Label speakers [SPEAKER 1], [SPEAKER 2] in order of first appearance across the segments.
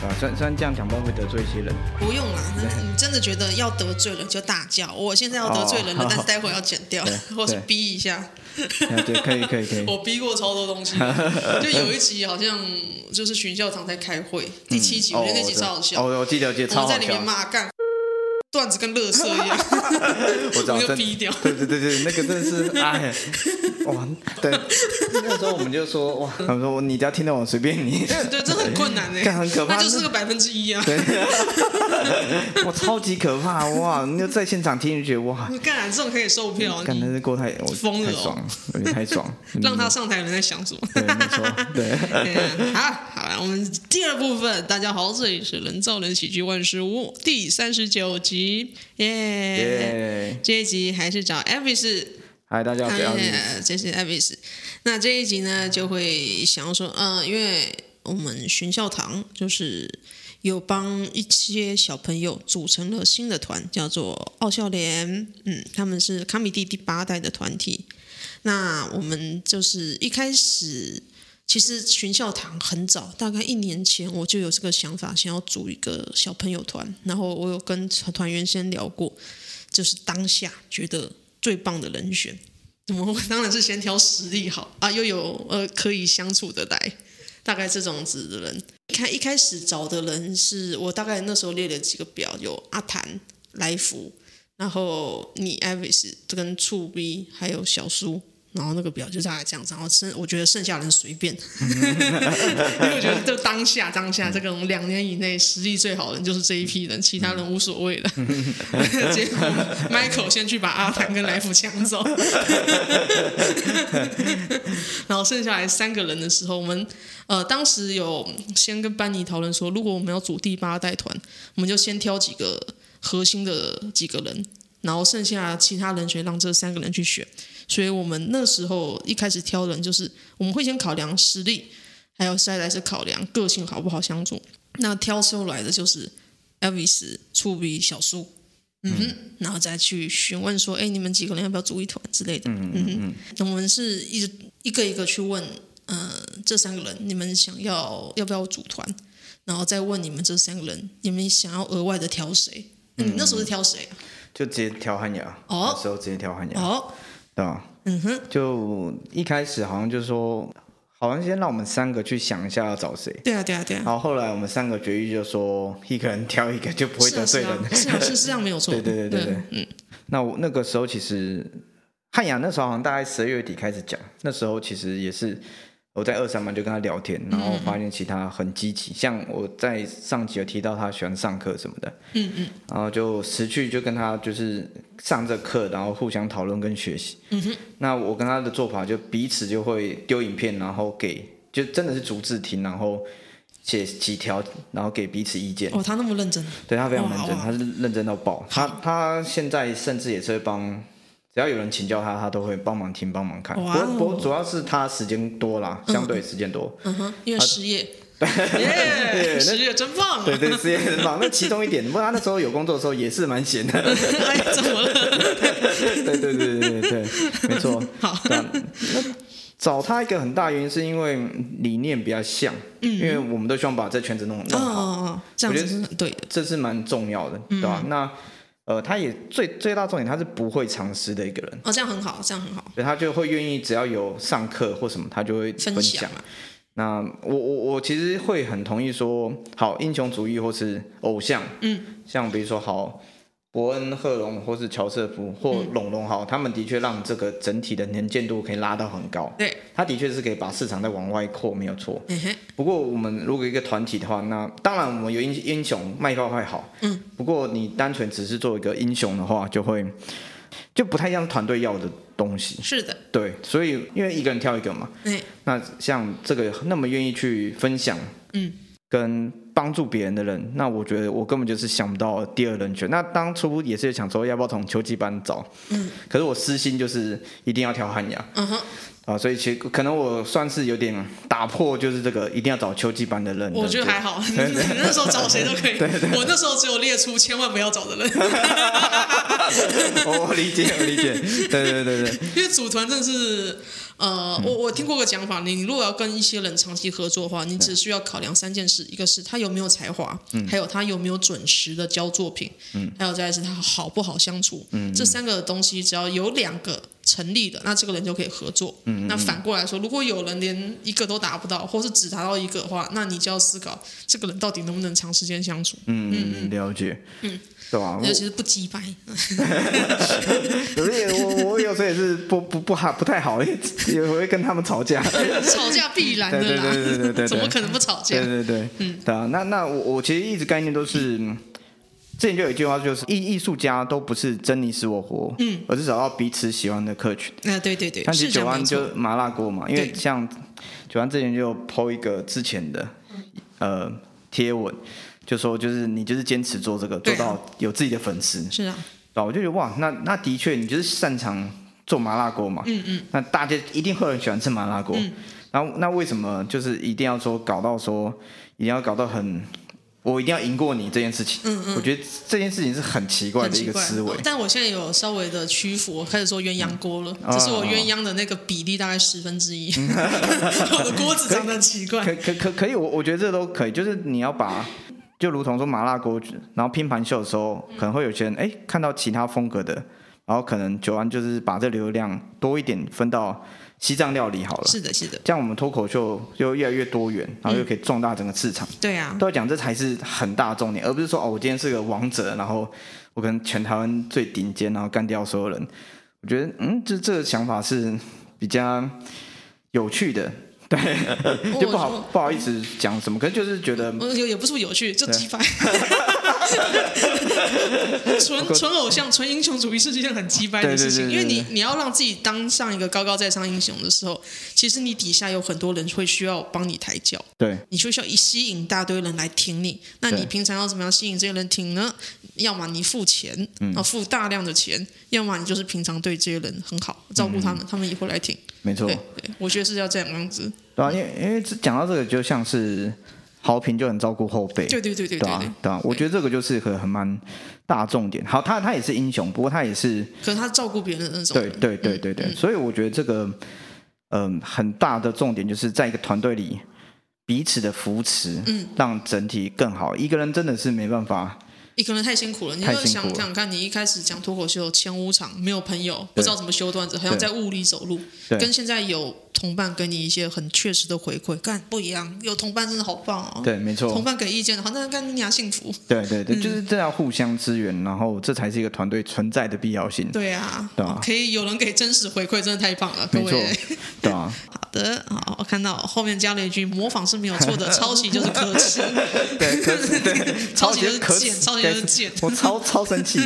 [SPEAKER 1] 呃虽然虽然这样讲，不然会得罪一些人。
[SPEAKER 2] 不用啦，你真的觉得要得罪人就大叫。我现在要得罪人了，
[SPEAKER 1] 哦
[SPEAKER 2] 但是待会要剪 掉
[SPEAKER 1] 对，
[SPEAKER 2] 或是
[SPEAKER 1] 对
[SPEAKER 2] 逼一下。
[SPEAKER 1] 对对，可以可以可以。
[SPEAKER 2] 我逼过超多东 西的，就有一集好像就是巡校长在开会，第七集，我觉得那集超好
[SPEAKER 1] 嗯
[SPEAKER 2] 笑，
[SPEAKER 1] 哦哦，我记得我记得
[SPEAKER 2] 我
[SPEAKER 1] 超
[SPEAKER 2] 们
[SPEAKER 1] 好
[SPEAKER 2] 在里面
[SPEAKER 1] 笑。
[SPEAKER 2] 骂干。段子跟乐色一样，
[SPEAKER 1] 我知道
[SPEAKER 2] 我就
[SPEAKER 1] 真
[SPEAKER 2] 逼掉
[SPEAKER 1] 对对对对，那个真的 是哎，哇，对， 那时候我们就说哇，他们说你只要听得懂随便 你。
[SPEAKER 2] 对，这很困难哎、
[SPEAKER 1] 干很可怕
[SPEAKER 2] 那就是个百分之一啊。
[SPEAKER 1] 对，我超级可怕哇！你就在现场听就觉得哇，
[SPEAKER 2] 干这种可以售票，啊
[SPEAKER 1] 干真
[SPEAKER 2] 哦你
[SPEAKER 1] 是过太我
[SPEAKER 2] 疯了
[SPEAKER 1] 太
[SPEAKER 2] 哦
[SPEAKER 1] 爽，了，我觉得太 爽。
[SPEAKER 2] 让他上台，人在想什么？
[SPEAKER 1] 对，没错， 对。
[SPEAKER 2] 对啊好，好了，我们第二部分，大家好，这里是人造人喜剧万事屋第三十九集，耶、
[SPEAKER 1] 耶！
[SPEAKER 2] 这一集还是找 Elvis
[SPEAKER 1] 嗨，大家好，我是 Elvis
[SPEAKER 2] 哎哎，这是 Avis。那这一集呢，就会想要说，呃，因为我们巡校堂就是有帮一些小朋友组成了新的团，叫做奥校联，嗯，他们是卡米蒂第八代的团体。那我们就是一开始。其实巡校堂很早，大概一年前我就有这个想法，想要组一个小朋友团。然后我有跟团团员先聊过，就是当下觉得最棒的人选，怎么会？当然是先挑实力好啊，又有呃可以相处的来，大概这种子的人。一开一开始找的人是我大概那时候列了几个表，有阿谭、来福，然后你 Avis 跟醋 B，还有小苏。然后那个表就大概这样子，然后剩我觉得剩下人随便，因为我觉得就当下当下这种两年以内实力最好的人就是这一批人，其他人无所谓了。结果 Michael 先去把阿谭跟来福抢走，然后剩下来三个人的时候，我们呃当时有先跟班尼讨论说，如果我们要组第八代团，我们就先挑几个核心的几个人，然后剩下其他人选让这三个人去选。所以我们那时候一开始挑人，就是我们会先考量实力，还有再来是考量个性好不好相处。那挑出来的就是 Elvis、触笔小苏，嗯哼，然后再去询问说，哎，你们几个人要不要组一团之类的，嗯嗯哼，我们是一直一个一个去问，呃，这三个人你们想要要不要组团，然后再问你们这三个人，你们想要额外的挑谁？
[SPEAKER 1] 嗯
[SPEAKER 2] 那你那时候是挑谁啊？
[SPEAKER 1] 就直接调汉雅，
[SPEAKER 2] 哦
[SPEAKER 1] 那时候直接调汉雅，
[SPEAKER 2] 哦，
[SPEAKER 1] 对吧？
[SPEAKER 2] 嗯哼，
[SPEAKER 1] 就一开始好像就说，好像先让我们三个去想一下要找谁，
[SPEAKER 2] 对啊，对啊，对啊
[SPEAKER 1] 然，后后来我们三个决议就说，一个人挑一个就不会
[SPEAKER 2] 是啊
[SPEAKER 1] 得罪
[SPEAKER 2] 是
[SPEAKER 1] 人。
[SPEAKER 2] 啊，是啊，是是这样没有错，
[SPEAKER 1] 对对对对对
[SPEAKER 2] 嗯，
[SPEAKER 1] 那我那个时候其实汉雅那时候好像大概十二月底开始讲，那时候其实也是我在二三班就跟他聊天，然后发现其他很积极，像我在上集有提到他喜欢上课什么的，嗯嗯，然后就识趣就跟他就是上这课，然后互相讨论跟学习。嗯哼，那我跟他的做法就彼此就会丢影片，然后给就真的是逐字听，然后写几条，然后给彼此意见。
[SPEAKER 2] 哦，他那么认真，
[SPEAKER 1] 对他非常认
[SPEAKER 2] 哇哦
[SPEAKER 1] 真，
[SPEAKER 2] 哇
[SPEAKER 1] 他是认真到爆。他他现在甚至也是会帮，只要有人请教他，他都会帮忙听、帮忙看。
[SPEAKER 2] 哇哦
[SPEAKER 1] 不不，主要是他时间多啦，相对时间多。
[SPEAKER 2] 嗯哼，因为失 业，
[SPEAKER 1] 对
[SPEAKER 2] 耶，
[SPEAKER 1] 那
[SPEAKER 2] 失业真棒，啊
[SPEAKER 1] 对对，时间很忙，那其中一点。不过他那时候有工作的时候也是蛮闲的。
[SPEAKER 2] 哎，怎 么了？
[SPEAKER 1] 对对对对对对对，没错。
[SPEAKER 2] 好，
[SPEAKER 1] 对啊那找他一个很大原因是因为理念比较像，因为我们都希望把这圈子弄弄好。
[SPEAKER 2] 嗯哦，嗯这样子是很对的，
[SPEAKER 1] 这是蛮重要的，对吧、那呃，他也最最大重点，他是不会藏私的一个人，
[SPEAKER 2] 哦，这样很好，这样很好，
[SPEAKER 1] 所以他就会愿意只要有上课或什么，他就会
[SPEAKER 2] 分
[SPEAKER 1] 分
[SPEAKER 2] 享嘛，
[SPEAKER 1] 那我我我其实会很同意说，好英雄主义或是偶像，嗯，像比如说好伯恩赫隆或是乔瑟夫或龙龙好，他们的确让这个整体的能见度可以拉到很高，
[SPEAKER 2] 对，
[SPEAKER 1] 他的确是可以把市场再往外扩，没有错。
[SPEAKER 2] 嗯哼，
[SPEAKER 1] 不过我们如果一个团体的话，那当然我们有英英雄卖告会好，嗯，不过你单纯只是做一个英雄的话，就会就不太像团队要的东西，
[SPEAKER 2] 是的，
[SPEAKER 1] 对，所以因为一个人挑一个嘛，
[SPEAKER 2] 哎，
[SPEAKER 1] 那像这个那么愿意去分享，
[SPEAKER 2] 嗯，
[SPEAKER 1] 跟帮助别人的人，那我觉得我根本就是想不到第二人选。那当初也是想说要不要从秋季班找，嗯，可是我私心就是一定要挑汉雅，
[SPEAKER 2] 嗯哼，
[SPEAKER 1] 啊，所以其实可能我算是有点打破，就是这个一定要找秋季班的人。
[SPEAKER 2] 我觉得还好， 你那时候找谁都可以，我那时候只有列出千万不要找的 人，
[SPEAKER 1] 哦我理解，我理解，对对对对，
[SPEAKER 2] 因为组团真的是，
[SPEAKER 1] 嗯
[SPEAKER 2] 呃，我我听过个讲法，你你如果要跟一些人长期合作的话，你只需要考量三件事，一个是他有有没有才华，
[SPEAKER 1] 嗯
[SPEAKER 2] 还有他有没有准时的交作品，还有再来是他好不好相处，
[SPEAKER 1] 嗯
[SPEAKER 2] 这三个东西只要有两个成立的，那这个人就可以合作。
[SPEAKER 1] 嗯
[SPEAKER 2] 那反过来说，如果有人连一个都达不到，或是只达到一个的话，那你就要思考这个人到底能不能长时间相处，
[SPEAKER 1] 嗯，了解，嗯，对吧？
[SPEAKER 2] 尤其是不鸡掰。
[SPEAKER 1] 可是也我我有时候也是不不不好不太好，也也会跟他们吵架。
[SPEAKER 2] 吵架必然的啦，
[SPEAKER 1] 对对对对对对
[SPEAKER 2] 怎么可能不吵架
[SPEAKER 1] 对？对对，嗯，对啊。那那我我其实一直概念都是，嗯之前就有一句话就是艺艺术家都不是争你死我活，嗯，而是找到彼此喜欢的客群。
[SPEAKER 2] 啊，对对对，
[SPEAKER 1] 但其
[SPEAKER 2] 是
[SPEAKER 1] 实
[SPEAKER 2] 这
[SPEAKER 1] 九
[SPEAKER 2] 样
[SPEAKER 1] 安
[SPEAKER 2] 没错。
[SPEAKER 1] 就麻辣锅嘛，因为
[SPEAKER 2] 对
[SPEAKER 1] 像九安之前就有 PO 一个之前的呃贴文，就说就是你就是坚持做这个，做
[SPEAKER 2] 对啊
[SPEAKER 1] 到有自己的粉丝，
[SPEAKER 2] 是啊，
[SPEAKER 1] 对、啊，我就觉得哇，那那的确你就是擅长做麻辣锅嘛，嗯嗯，那大家一定会有人喜欢吃麻辣锅，然后那为什么就是一定要说搞到说一定要搞到很，我一定要赢过你这件事情，嗯嗯，我觉得这件事情是很奇怪哦
[SPEAKER 2] 很
[SPEAKER 1] 的一
[SPEAKER 2] 奇
[SPEAKER 1] 个
[SPEAKER 2] 怪哦
[SPEAKER 1] 思维。。
[SPEAKER 2] 但我现在有稍微的屈服，我开始做鸳鸯锅了，
[SPEAKER 1] 哦
[SPEAKER 2] 只是我鸳鸯的那个比例大概十分 之一， 我的锅子长得很奇怪。
[SPEAKER 1] 可可可可以，我我觉得这都可以，就是你要把，就如同说麻辣锅，然后拼盘秀的时候，可能会有些人哎看到其他风格的，然后可能九安就是把这流量多一点分到西藏料理好了，
[SPEAKER 2] 是的，是的，
[SPEAKER 1] 这样我们脱口秀就越来越多元，然后又可以壮大整个市场。
[SPEAKER 2] 对啊，
[SPEAKER 1] 都要讲这才是很大的重点，而不是说哦，我今天是个王者，然后我跟全台湾最顶尖，然后干掉所有人。我觉得嗯，这这个想法是比较有趣的。 对，就不好
[SPEAKER 2] 我嗯
[SPEAKER 1] 不好意思讲什么，可是就是觉得
[SPEAKER 2] 我也也不是有趣，就鸡掰。 纯纯偶像、纯英雄主义是一件很鸡掰的事
[SPEAKER 1] 对
[SPEAKER 2] 情，
[SPEAKER 1] 对对对
[SPEAKER 2] 因为你
[SPEAKER 1] 对
[SPEAKER 2] 你要让自己当上一个高高在上英雄的时候，其实你底下有很多人会需要帮你抬轿。
[SPEAKER 1] 对
[SPEAKER 2] 你就需要一吸引一大堆人来听你。那你
[SPEAKER 1] 对
[SPEAKER 2] 平常要怎么样吸引这些人听呢？要么你付钱，
[SPEAKER 1] 嗯
[SPEAKER 2] 啊，付大量的钱；要么你就是平常对这些人很好，照顾他们，他们也会来听。
[SPEAKER 1] 没错，
[SPEAKER 2] 对
[SPEAKER 1] 嗯对
[SPEAKER 2] 对，我觉得是要这样子。
[SPEAKER 1] 啊，因为因为这讲到这个，就像是豪平就很照顾后辈，
[SPEAKER 2] 对对对
[SPEAKER 1] 对
[SPEAKER 2] 对对
[SPEAKER 1] 啊
[SPEAKER 2] 对。
[SPEAKER 1] 对啊，我觉得这个就是个很蛮大重点。好，他他也是英雄，不过他也是
[SPEAKER 2] 可是他照顾别人的那种
[SPEAKER 1] 对
[SPEAKER 2] 人，
[SPEAKER 1] 对对对对，所以我觉得这个嗯、很大的重点就是在一个团队里彼此的扶持，嗯，让整体更好。一个人真的是没办法，
[SPEAKER 2] 你可能太辛苦了。你
[SPEAKER 1] 太
[SPEAKER 2] 就
[SPEAKER 1] 辛苦
[SPEAKER 2] 想
[SPEAKER 1] 了
[SPEAKER 2] 想想看，你一开始讲脱口秀前五场没有朋友，不知道怎么修段子，还要在雾里走路，
[SPEAKER 1] 对
[SPEAKER 2] 跟现在有同伴给你一些很确实的回馈，干不一样。有同伴真的好棒哦。
[SPEAKER 1] 对，没
[SPEAKER 2] 同
[SPEAKER 1] 错，
[SPEAKER 2] 伴给意见，好，那干你俩幸福。
[SPEAKER 1] 对对对，就是这要互相支援，然后这才是一个团队存在的必要性，
[SPEAKER 2] 对啊，
[SPEAKER 1] 对啊
[SPEAKER 2] 可以有人给真实回馈，真的太棒了，各
[SPEAKER 1] 没错
[SPEAKER 2] 位。，
[SPEAKER 1] 对啊，
[SPEAKER 2] 好的，好，我看到后面加了一句，模仿是没有错的，抄袭就是可耻，
[SPEAKER 1] 对，可耻， 对，
[SPEAKER 2] 抄
[SPEAKER 1] 抄
[SPEAKER 2] 袭
[SPEAKER 1] 袭
[SPEAKER 2] 就是
[SPEAKER 1] 可耻
[SPEAKER 2] 贱，抄袭就是贱。
[SPEAKER 1] 我超超生 气，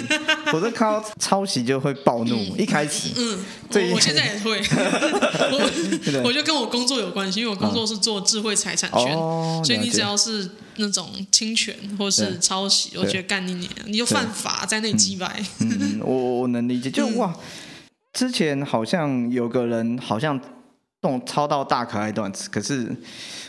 [SPEAKER 1] 我这看到抄袭就会暴怒，一开始，
[SPEAKER 2] 嗯，
[SPEAKER 1] 这
[SPEAKER 2] 我我现在也 会，我
[SPEAKER 1] 对
[SPEAKER 2] 我就跟我工作有关系，因为我工作是做智慧财产权，
[SPEAKER 1] 哦
[SPEAKER 2] 所以你
[SPEAKER 1] 了解
[SPEAKER 2] 只要是那种侵权或是
[SPEAKER 1] 对
[SPEAKER 2] 抄袭，我觉得干你你你就犯法，在那几百，
[SPEAKER 1] 嗯，我我我能理解，
[SPEAKER 2] 嗯
[SPEAKER 1] 就、哇，之前好像有个人好像弄抄到大可爱段子，可是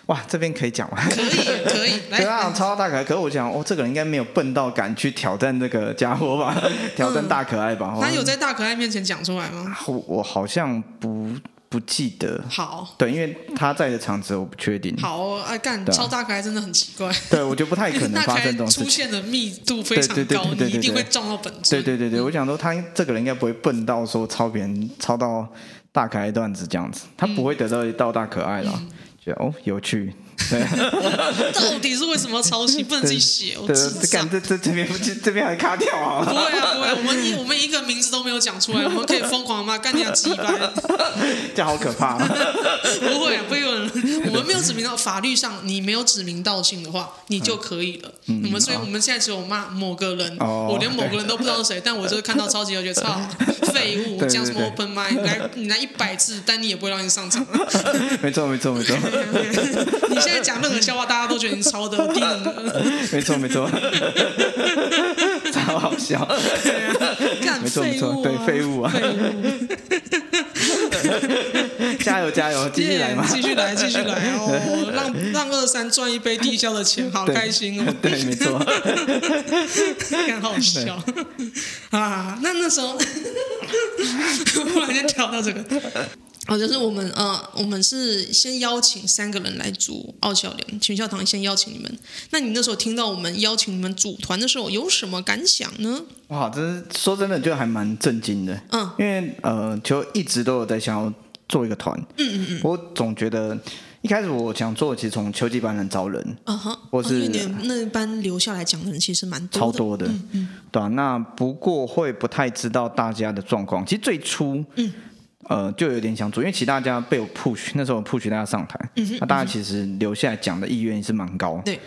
[SPEAKER 1] 哇，这边可以 讲完。
[SPEAKER 2] 可以可以，
[SPEAKER 1] 对啊，
[SPEAKER 2] 来，
[SPEAKER 1] 抄到大可爱，可是我想，哦，这个人应该没有笨到敢去挑战这个家伙吧， 挑战大可爱吧？
[SPEAKER 2] 嗯他有在大可爱面前讲出来吗？
[SPEAKER 1] 我我好像不不记得，
[SPEAKER 2] 好。
[SPEAKER 1] 对，因为他在的场子我不确定，
[SPEAKER 2] 好哦，啊干，
[SPEAKER 1] 对啊
[SPEAKER 2] 超大可爱真的很奇怪。
[SPEAKER 1] 对我觉得不太可能
[SPEAKER 2] 那
[SPEAKER 1] 发
[SPEAKER 2] 开
[SPEAKER 1] 生这种事
[SPEAKER 2] 出
[SPEAKER 1] 情。
[SPEAKER 2] 现的密度非常
[SPEAKER 1] 对对
[SPEAKER 2] 高，
[SPEAKER 1] 对对对
[SPEAKER 2] 你一定
[SPEAKER 1] 对
[SPEAKER 2] 会撞到本质。
[SPEAKER 1] 对对对
[SPEAKER 2] 嗯
[SPEAKER 1] 对，我想说他这个人应该不会笨到说抄别人抄到大可爱段子这样子，他不会得到一道大可爱啦。
[SPEAKER 2] 嗯
[SPEAKER 1] 觉得哦有趣，
[SPEAKER 2] 到底是为什么要抄袭？不能自己写，我
[SPEAKER 1] 对，
[SPEAKER 2] 智
[SPEAKER 1] 这
[SPEAKER 2] 障
[SPEAKER 1] 干。这这这边这这边还卡掉
[SPEAKER 2] 不
[SPEAKER 1] 啊，
[SPEAKER 2] 会啊，不会，我们一我们一个名字都没有讲出来，我们可以疯狂骂干你娘鸡巴！
[SPEAKER 1] 这样好可怕、
[SPEAKER 2] 不会啊，不会有人，我们没有指名道，法律上你没有指名道姓的话，你就可以了。我们所以我们现在只有骂某个人，
[SPEAKER 1] 嗯哦
[SPEAKER 2] 我连某个人都不知道是谁，但我就是看到超级，我觉得操，废物，
[SPEAKER 1] 对对
[SPEAKER 2] 讲什么
[SPEAKER 1] 对
[SPEAKER 2] open m i d 来你来一百次，但你也不会让你上场。
[SPEAKER 1] 没错没错没 错
[SPEAKER 2] 你现在讲任何笑话，大家都觉得你超的低能的，
[SPEAKER 1] 没错没错，超好笑，
[SPEAKER 2] 干
[SPEAKER 1] 没错没
[SPEAKER 2] 废
[SPEAKER 1] 错，
[SPEAKER 2] 物、啊，
[SPEAKER 1] 对废物啊，加油加油，继续来嘛
[SPEAKER 2] 耶，继续来，继续来哦！ 让让二三赚一杯低消的钱，好
[SPEAKER 1] 对
[SPEAKER 2] 开心 哦，
[SPEAKER 1] 对没错，
[SPEAKER 2] 看好笑 啊！那那时候忽然间跳到这个，哦，就是我们呃，我们是先邀请三个人来组奥小联群校堂，先邀请你们。那你那时候听到我们邀请你们组团的时候，有什么感想呢？
[SPEAKER 1] 哇，真是说真的，就还蛮震惊的。
[SPEAKER 2] 嗯，
[SPEAKER 1] 因为呃，就一直都有在想要做一个团。嗯嗯嗯。我总觉得一开始我想做，其实从秋季班能招人
[SPEAKER 2] 啊哈，
[SPEAKER 1] 我
[SPEAKER 2] 哦
[SPEAKER 1] 是
[SPEAKER 2] 因为你们那班留下来讲的人其实蛮
[SPEAKER 1] 超
[SPEAKER 2] 多的，嗯
[SPEAKER 1] 多的，对吧、那不过会不太知道大家的状况。其实最初，嗯，呃，就有点想做，因为其实大家被我 push，那时候我 push 大家上台，
[SPEAKER 2] 嗯
[SPEAKER 1] 那大家其实留下来讲的意愿是蛮高。
[SPEAKER 2] 对，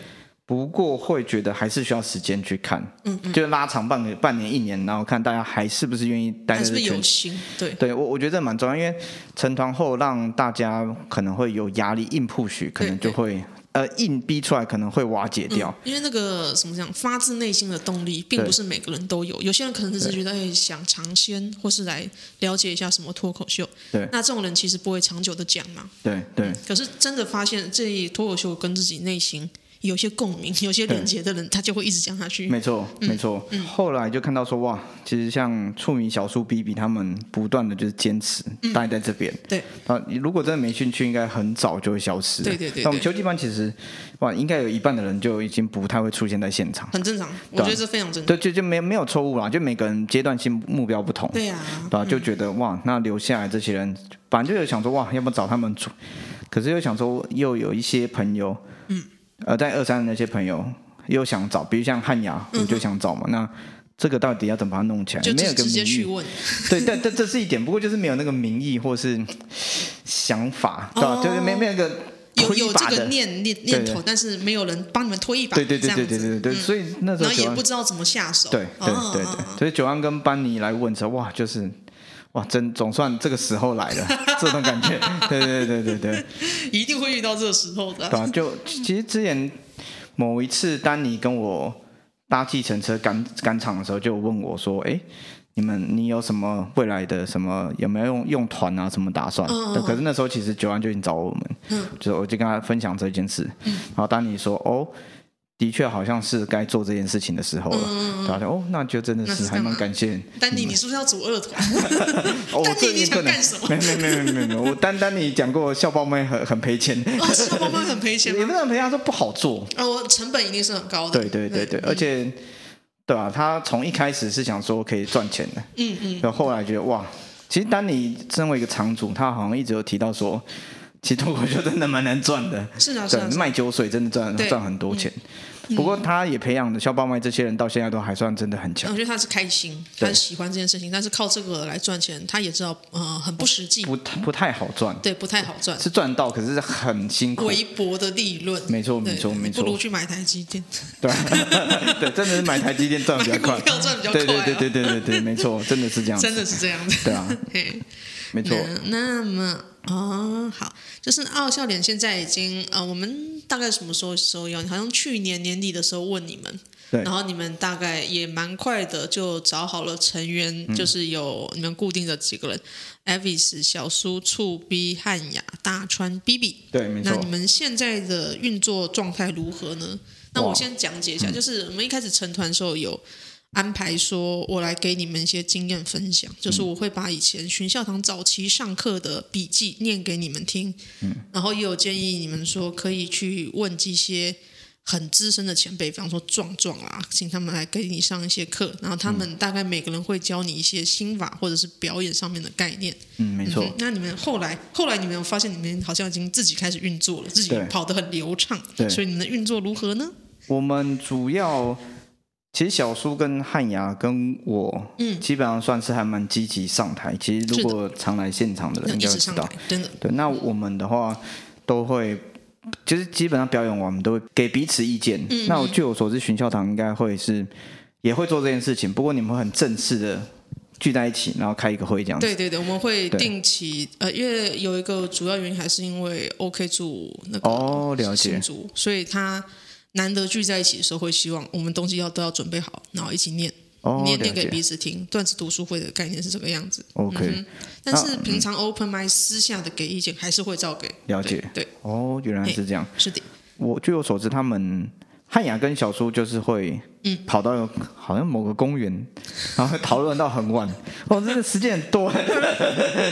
[SPEAKER 1] 不过会觉得还是需要时间去看，嗯嗯，就拉长半个半年一年，然后看大家还是不是愿意待
[SPEAKER 2] 还
[SPEAKER 1] 在这
[SPEAKER 2] 是不是
[SPEAKER 1] 圈
[SPEAKER 2] 有心？对，
[SPEAKER 1] 对我，我觉得这蛮重要，因为成团后让大家可能会有压力，硬 push 可能就会呃硬逼出来，可能会瓦解掉。
[SPEAKER 2] 嗯因为那个怎么讲，发自内心的动力，并
[SPEAKER 1] 对
[SPEAKER 2] 不是每个人都有。有些人可能只是觉得哎想尝鲜，或是来了解一下什么脱口秀。
[SPEAKER 1] 对
[SPEAKER 2] 那这种人其实不会长久的讲嘛。
[SPEAKER 1] 对对
[SPEAKER 2] 可是真的发现这脱口秀跟自己内心有些共鸣、有些连接的人，他就会一直讲下去。
[SPEAKER 1] 没错
[SPEAKER 2] 嗯
[SPEAKER 1] 没错。后来就看到说哇，其实像触米小树 B B 他们不断的就是坚持待在这边。
[SPEAKER 2] 嗯对，
[SPEAKER 1] 啊，你如果真的没兴趣，应该很早就会消失。
[SPEAKER 2] 对对对
[SPEAKER 1] 那我们
[SPEAKER 2] 对
[SPEAKER 1] 秋季班其实哇，应该有一半的人就已经不太会出现在现场。
[SPEAKER 2] 很正常，我
[SPEAKER 1] 对啊
[SPEAKER 2] 觉得这非常正常。
[SPEAKER 1] 对，就就没没有错误啦，就每个人阶段性目标不同。
[SPEAKER 2] 对啊，
[SPEAKER 1] 对吧、就觉得哇，那留下来这些人，反正就有想说哇，要不要找他们组？可是又想说，又有一些朋友，嗯，呃，在二三的那些朋友又想找，比如像汉雅，我就想找嘛。那这个到底要怎么把它弄起来
[SPEAKER 2] 嗯就？
[SPEAKER 1] 没有一
[SPEAKER 2] 直
[SPEAKER 1] 个
[SPEAKER 2] 直接
[SPEAKER 1] 名
[SPEAKER 2] 去
[SPEAKER 1] 义，
[SPEAKER 2] 问，
[SPEAKER 1] 对，但这这是一点，不过就是没有那个名义或是想法，对吧、啊
[SPEAKER 2] 哦
[SPEAKER 1] 就是没没有一个
[SPEAKER 2] 有
[SPEAKER 1] 推
[SPEAKER 2] 有这
[SPEAKER 1] 把
[SPEAKER 2] 个
[SPEAKER 1] 的，
[SPEAKER 2] 念念念
[SPEAKER 1] 对
[SPEAKER 2] 头，
[SPEAKER 1] 对
[SPEAKER 2] 但是没有人帮你们推一把，
[SPEAKER 1] 对对对
[SPEAKER 2] 这
[SPEAKER 1] 对
[SPEAKER 2] 样
[SPEAKER 1] 对
[SPEAKER 2] 子嗯
[SPEAKER 1] 对对，所以那时候
[SPEAKER 2] 然后
[SPEAKER 1] 九
[SPEAKER 2] 也
[SPEAKER 1] 安
[SPEAKER 2] 不知道怎么下手。
[SPEAKER 1] 对对
[SPEAKER 2] 啊
[SPEAKER 1] 对
[SPEAKER 2] 啊
[SPEAKER 1] 对，所以九安跟班尼来问的时候，哇，就是哇，真总算这个时候来 了，这种感觉，对对对对对，
[SPEAKER 2] 啊一定会遇到这个时候的
[SPEAKER 1] 对。啊，就其实之前某一次丹尼跟我搭计程车赶赶场的时候，就问我说，哎。你们，你有什么未来的什么有没有用用团啊？什么打算？
[SPEAKER 2] 嗯嗯
[SPEAKER 1] 对可是那时候其实九安就已经找我们，
[SPEAKER 2] 嗯
[SPEAKER 1] 就我就跟他分享这件事。然后丹尼说：“哦，的确好像是该做这件事情的时候了。然后就哦，那就真的
[SPEAKER 2] 嗯那
[SPEAKER 1] 是
[SPEAKER 2] 是
[SPEAKER 1] 还
[SPEAKER 2] 干
[SPEAKER 1] 蛮
[SPEAKER 2] 嘛
[SPEAKER 1] 感 谢
[SPEAKER 2] 丹尼，你是不是要组二团？
[SPEAKER 1] 哦，我
[SPEAKER 2] 丹尼
[SPEAKER 1] 这
[SPEAKER 2] 你
[SPEAKER 1] 也
[SPEAKER 2] 想
[SPEAKER 1] 不能
[SPEAKER 2] 干什么
[SPEAKER 1] 没没没没没没，我单单你讲过校报妹很很赔钱，
[SPEAKER 2] 哦，是会不会很赔钱
[SPEAKER 1] 也
[SPEAKER 2] 吗？
[SPEAKER 1] 不能赔，他说不好做。
[SPEAKER 2] 哦，成本一定是很高的。
[SPEAKER 1] 对对对对，
[SPEAKER 2] 嗯
[SPEAKER 1] 而且对啊，他从一开始是想说可以赚钱的，
[SPEAKER 2] 嗯嗯，
[SPEAKER 1] 然后后来觉得哇，其实丹尼身为一个厂主，他好像一直有提到说，其实脱口秀真的蛮难赚的。
[SPEAKER 2] 是啊是
[SPEAKER 1] 对
[SPEAKER 2] 啊，，是啊
[SPEAKER 1] 卖酒水真的赚
[SPEAKER 2] 对嗯
[SPEAKER 1] 赚很多钱，不过他也培养的校报卖这些人到现在都还算真的很强
[SPEAKER 2] 嗯我，觉得他是开心，
[SPEAKER 1] 对
[SPEAKER 2] 他是喜欢这件事情，但是靠这个来赚钱，他也知道，呃，很不实际，
[SPEAKER 1] 不不太好赚，
[SPEAKER 2] 对，不太好赚，
[SPEAKER 1] 是赚到可是很辛苦，
[SPEAKER 2] 微薄的利润。
[SPEAKER 1] 没错
[SPEAKER 2] 对
[SPEAKER 1] 没错
[SPEAKER 2] 你
[SPEAKER 1] 没错嗯
[SPEAKER 2] 不如去买台积电，
[SPEAKER 1] 对，啊 对，真的是买台积电赚得比较快，
[SPEAKER 2] 买股票赚比较
[SPEAKER 1] 对
[SPEAKER 2] 快啊
[SPEAKER 1] 对对对对对对，没错，真的是这样子，
[SPEAKER 2] 真的嗯是这样子。
[SPEAKER 1] 对啊，
[SPEAKER 2] 嘿
[SPEAKER 1] 没错，
[SPEAKER 2] 那那么哦，好，就是奥笑脸现在已经呃，我们大概什么时候时候要？好像去年年底的时候问你们，
[SPEAKER 1] 对
[SPEAKER 2] 然后你们大概也蛮快的就找好了成员，
[SPEAKER 1] 嗯
[SPEAKER 2] 就是有你们固定的几个人，Avis、小苏、醋逼、汉雅、大川、B B。
[SPEAKER 1] 对，没
[SPEAKER 2] 那
[SPEAKER 1] 错
[SPEAKER 2] 你，们现在的运作状态如何呢？那
[SPEAKER 1] 哇嗯
[SPEAKER 2] 我先讲解一下，就是我们一开始成团的时候有安排说，我来给你们一些经验分享，
[SPEAKER 1] 嗯
[SPEAKER 2] 就是我会把以前巡校堂早期上课的笔记念给你们听，
[SPEAKER 1] 嗯
[SPEAKER 2] 然后也有建议你们说可以去问这些很资深的前辈，比方说壮壮啊，请他们来给你上一些课，然后他们
[SPEAKER 1] 嗯
[SPEAKER 2] 大概每个人会教你一些心法或者是表演上面的概念。
[SPEAKER 1] 嗯，没错
[SPEAKER 2] 嗯哼，那你们后来后来你们有发现你们好像已经自己开始运作了，自己
[SPEAKER 1] 对
[SPEAKER 2] 跑得很流畅，
[SPEAKER 1] 对
[SPEAKER 2] 所以你们的运作如何呢？
[SPEAKER 1] 我们主要其实小叔跟汉雅跟我，
[SPEAKER 2] 嗯
[SPEAKER 1] 基本上算是还蛮积极上台，其实
[SPEAKER 2] 是
[SPEAKER 1] 如
[SPEAKER 2] 的
[SPEAKER 1] 果常来现场的人
[SPEAKER 2] 能
[SPEAKER 1] 应
[SPEAKER 2] 嗯一
[SPEAKER 1] 该会
[SPEAKER 2] 直
[SPEAKER 1] 知
[SPEAKER 2] 上
[SPEAKER 1] 道
[SPEAKER 2] 来，，真的
[SPEAKER 1] 对，那我们的话都会。就是基本上表演完，我们都会给彼此意见。
[SPEAKER 2] 嗯
[SPEAKER 1] 那我据我所知，巡校堂应该会是也会做这件事情，不过你们会很正式的聚在一起，然后开一个会这样子。
[SPEAKER 2] 对对对，我们会
[SPEAKER 1] 对
[SPEAKER 2] 定期呃，因为有一个主要原因还是因为 OK 住那个
[SPEAKER 1] 哦了解
[SPEAKER 2] 新竹，所以他难得聚在一起的时候，会希望我们东西要都要准备好，然后一起念。
[SPEAKER 1] 哦，
[SPEAKER 2] 念
[SPEAKER 1] 了
[SPEAKER 2] 念给
[SPEAKER 1] 解
[SPEAKER 2] 彼此嗯听，段子读书会的概念是这个样子。
[SPEAKER 1] OK，、嗯
[SPEAKER 2] 但是平常 open m i 私下的给意见还是会照给。
[SPEAKER 1] 了解
[SPEAKER 2] 对，
[SPEAKER 1] 哦，原来是这样。
[SPEAKER 2] 是的，
[SPEAKER 1] 我据我所知，他们汉雅跟小苏就是会，
[SPEAKER 2] 嗯
[SPEAKER 1] 跑到有好像某个公园，然后讨论到很 晚，哦，真的时间很多，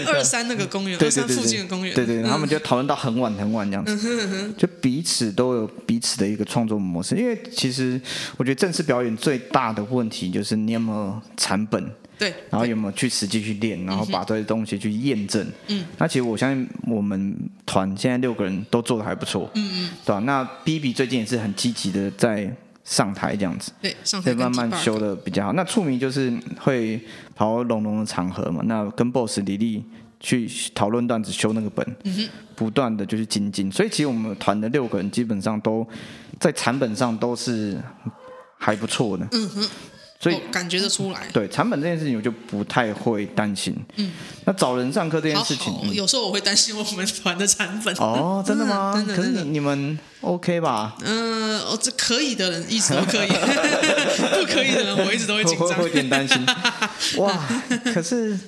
[SPEAKER 2] 二三那个公园，
[SPEAKER 1] 对对
[SPEAKER 2] 二三
[SPEAKER 1] 对
[SPEAKER 2] 附近
[SPEAKER 1] 对
[SPEAKER 2] 的公园，嗯
[SPEAKER 1] 对对，然后他们就讨论到很晚很晚这样子，就彼此都有彼此的一个创作模式。因为其实我觉得正式表演最大的问题就是你有没有产本，
[SPEAKER 2] 对
[SPEAKER 1] 然后有没有去实际去练，然后把这些东西去验证。嗯，那其实我相信我们团现在六个人都做的还不错。嗯嗯，对吧、那 B B 最近也是很积极的在上台这样子。
[SPEAKER 2] 对，上
[SPEAKER 1] 所
[SPEAKER 2] 台
[SPEAKER 1] 以慢慢修的比较好。那触迷就是会跑龙龙的场合嘛，那跟 BOSS 李丽去讨论段子，修那个本，不断的就是精进。所以其实我们团的六个人基本上都在产本上都是还不错的。嗯哼，所以
[SPEAKER 2] 我感觉得出来。
[SPEAKER 1] 对产本这件事情，我就不太会担心。嗯，那找人上课这件
[SPEAKER 2] 好
[SPEAKER 1] 事情，嗯
[SPEAKER 2] 好，有时候我会担心我们团的产粉。嗯
[SPEAKER 1] 哦，真的吗？
[SPEAKER 2] 真的
[SPEAKER 1] 可是
[SPEAKER 2] 真的
[SPEAKER 1] 你你们 OK 吧？
[SPEAKER 2] 嗯，哦，这可以的人一直都 可以，不可以的人我一直都会紧
[SPEAKER 1] 会
[SPEAKER 2] 张
[SPEAKER 1] 会。有点担 心。哇，可是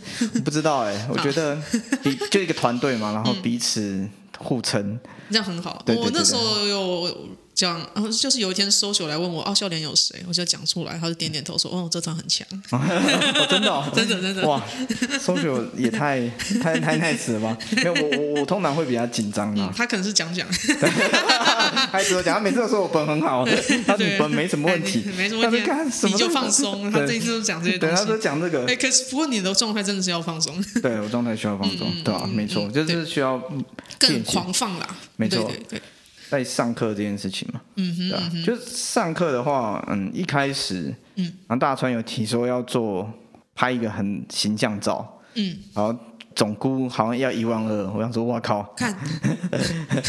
[SPEAKER 1] 不知道哎、我觉得比就一个团队嘛，然
[SPEAKER 2] 嗯
[SPEAKER 1] 后彼此互 撑，
[SPEAKER 2] 这样很好。
[SPEAKER 1] 对对
[SPEAKER 2] 我
[SPEAKER 1] 对
[SPEAKER 2] 那
[SPEAKER 1] 对
[SPEAKER 2] 时候有讲，然后就是有一天搜球来问我，哦，笑脸有谁？我就讲出来，他就点点头说，哦，这场很强。
[SPEAKER 1] 哦、真的、哦，
[SPEAKER 2] 真的真 的
[SPEAKER 1] 哇，搜九也太太太 nice 了吧？没有，我我我通常会比较紧张
[SPEAKER 2] 嗯
[SPEAKER 1] 啊，。
[SPEAKER 2] 他可能是讲 讲，
[SPEAKER 1] 他一直都讲，他啊每次都说我本很好， 他说你本没什么问题
[SPEAKER 2] 啊哎，没什么
[SPEAKER 1] 但
[SPEAKER 2] 问题
[SPEAKER 1] 是干什么
[SPEAKER 2] 啊，你就
[SPEAKER 1] 都
[SPEAKER 2] 放松。他这一
[SPEAKER 1] 对
[SPEAKER 2] 次都讲这些
[SPEAKER 1] 对，
[SPEAKER 2] 东
[SPEAKER 1] 他都
[SPEAKER 2] 西。
[SPEAKER 1] 讲这个
[SPEAKER 2] 哎，，可是不过你的状态真的是要 放松，
[SPEAKER 1] 对我状态需要放
[SPEAKER 2] 嗯
[SPEAKER 1] 松，对啊，没错，就是需要
[SPEAKER 2] 更
[SPEAKER 1] 练习
[SPEAKER 2] 狂放啦。
[SPEAKER 1] 没错
[SPEAKER 2] 对对对，
[SPEAKER 1] 在上课这件事情嘛，嗯哼，对啊，就是上课的话，嗯，一开始，嗯，然后大川有提说要做拍一个很形象照，
[SPEAKER 2] 嗯，
[SPEAKER 1] 然后总估好像要一万二，我想说，哇靠，
[SPEAKER 2] 看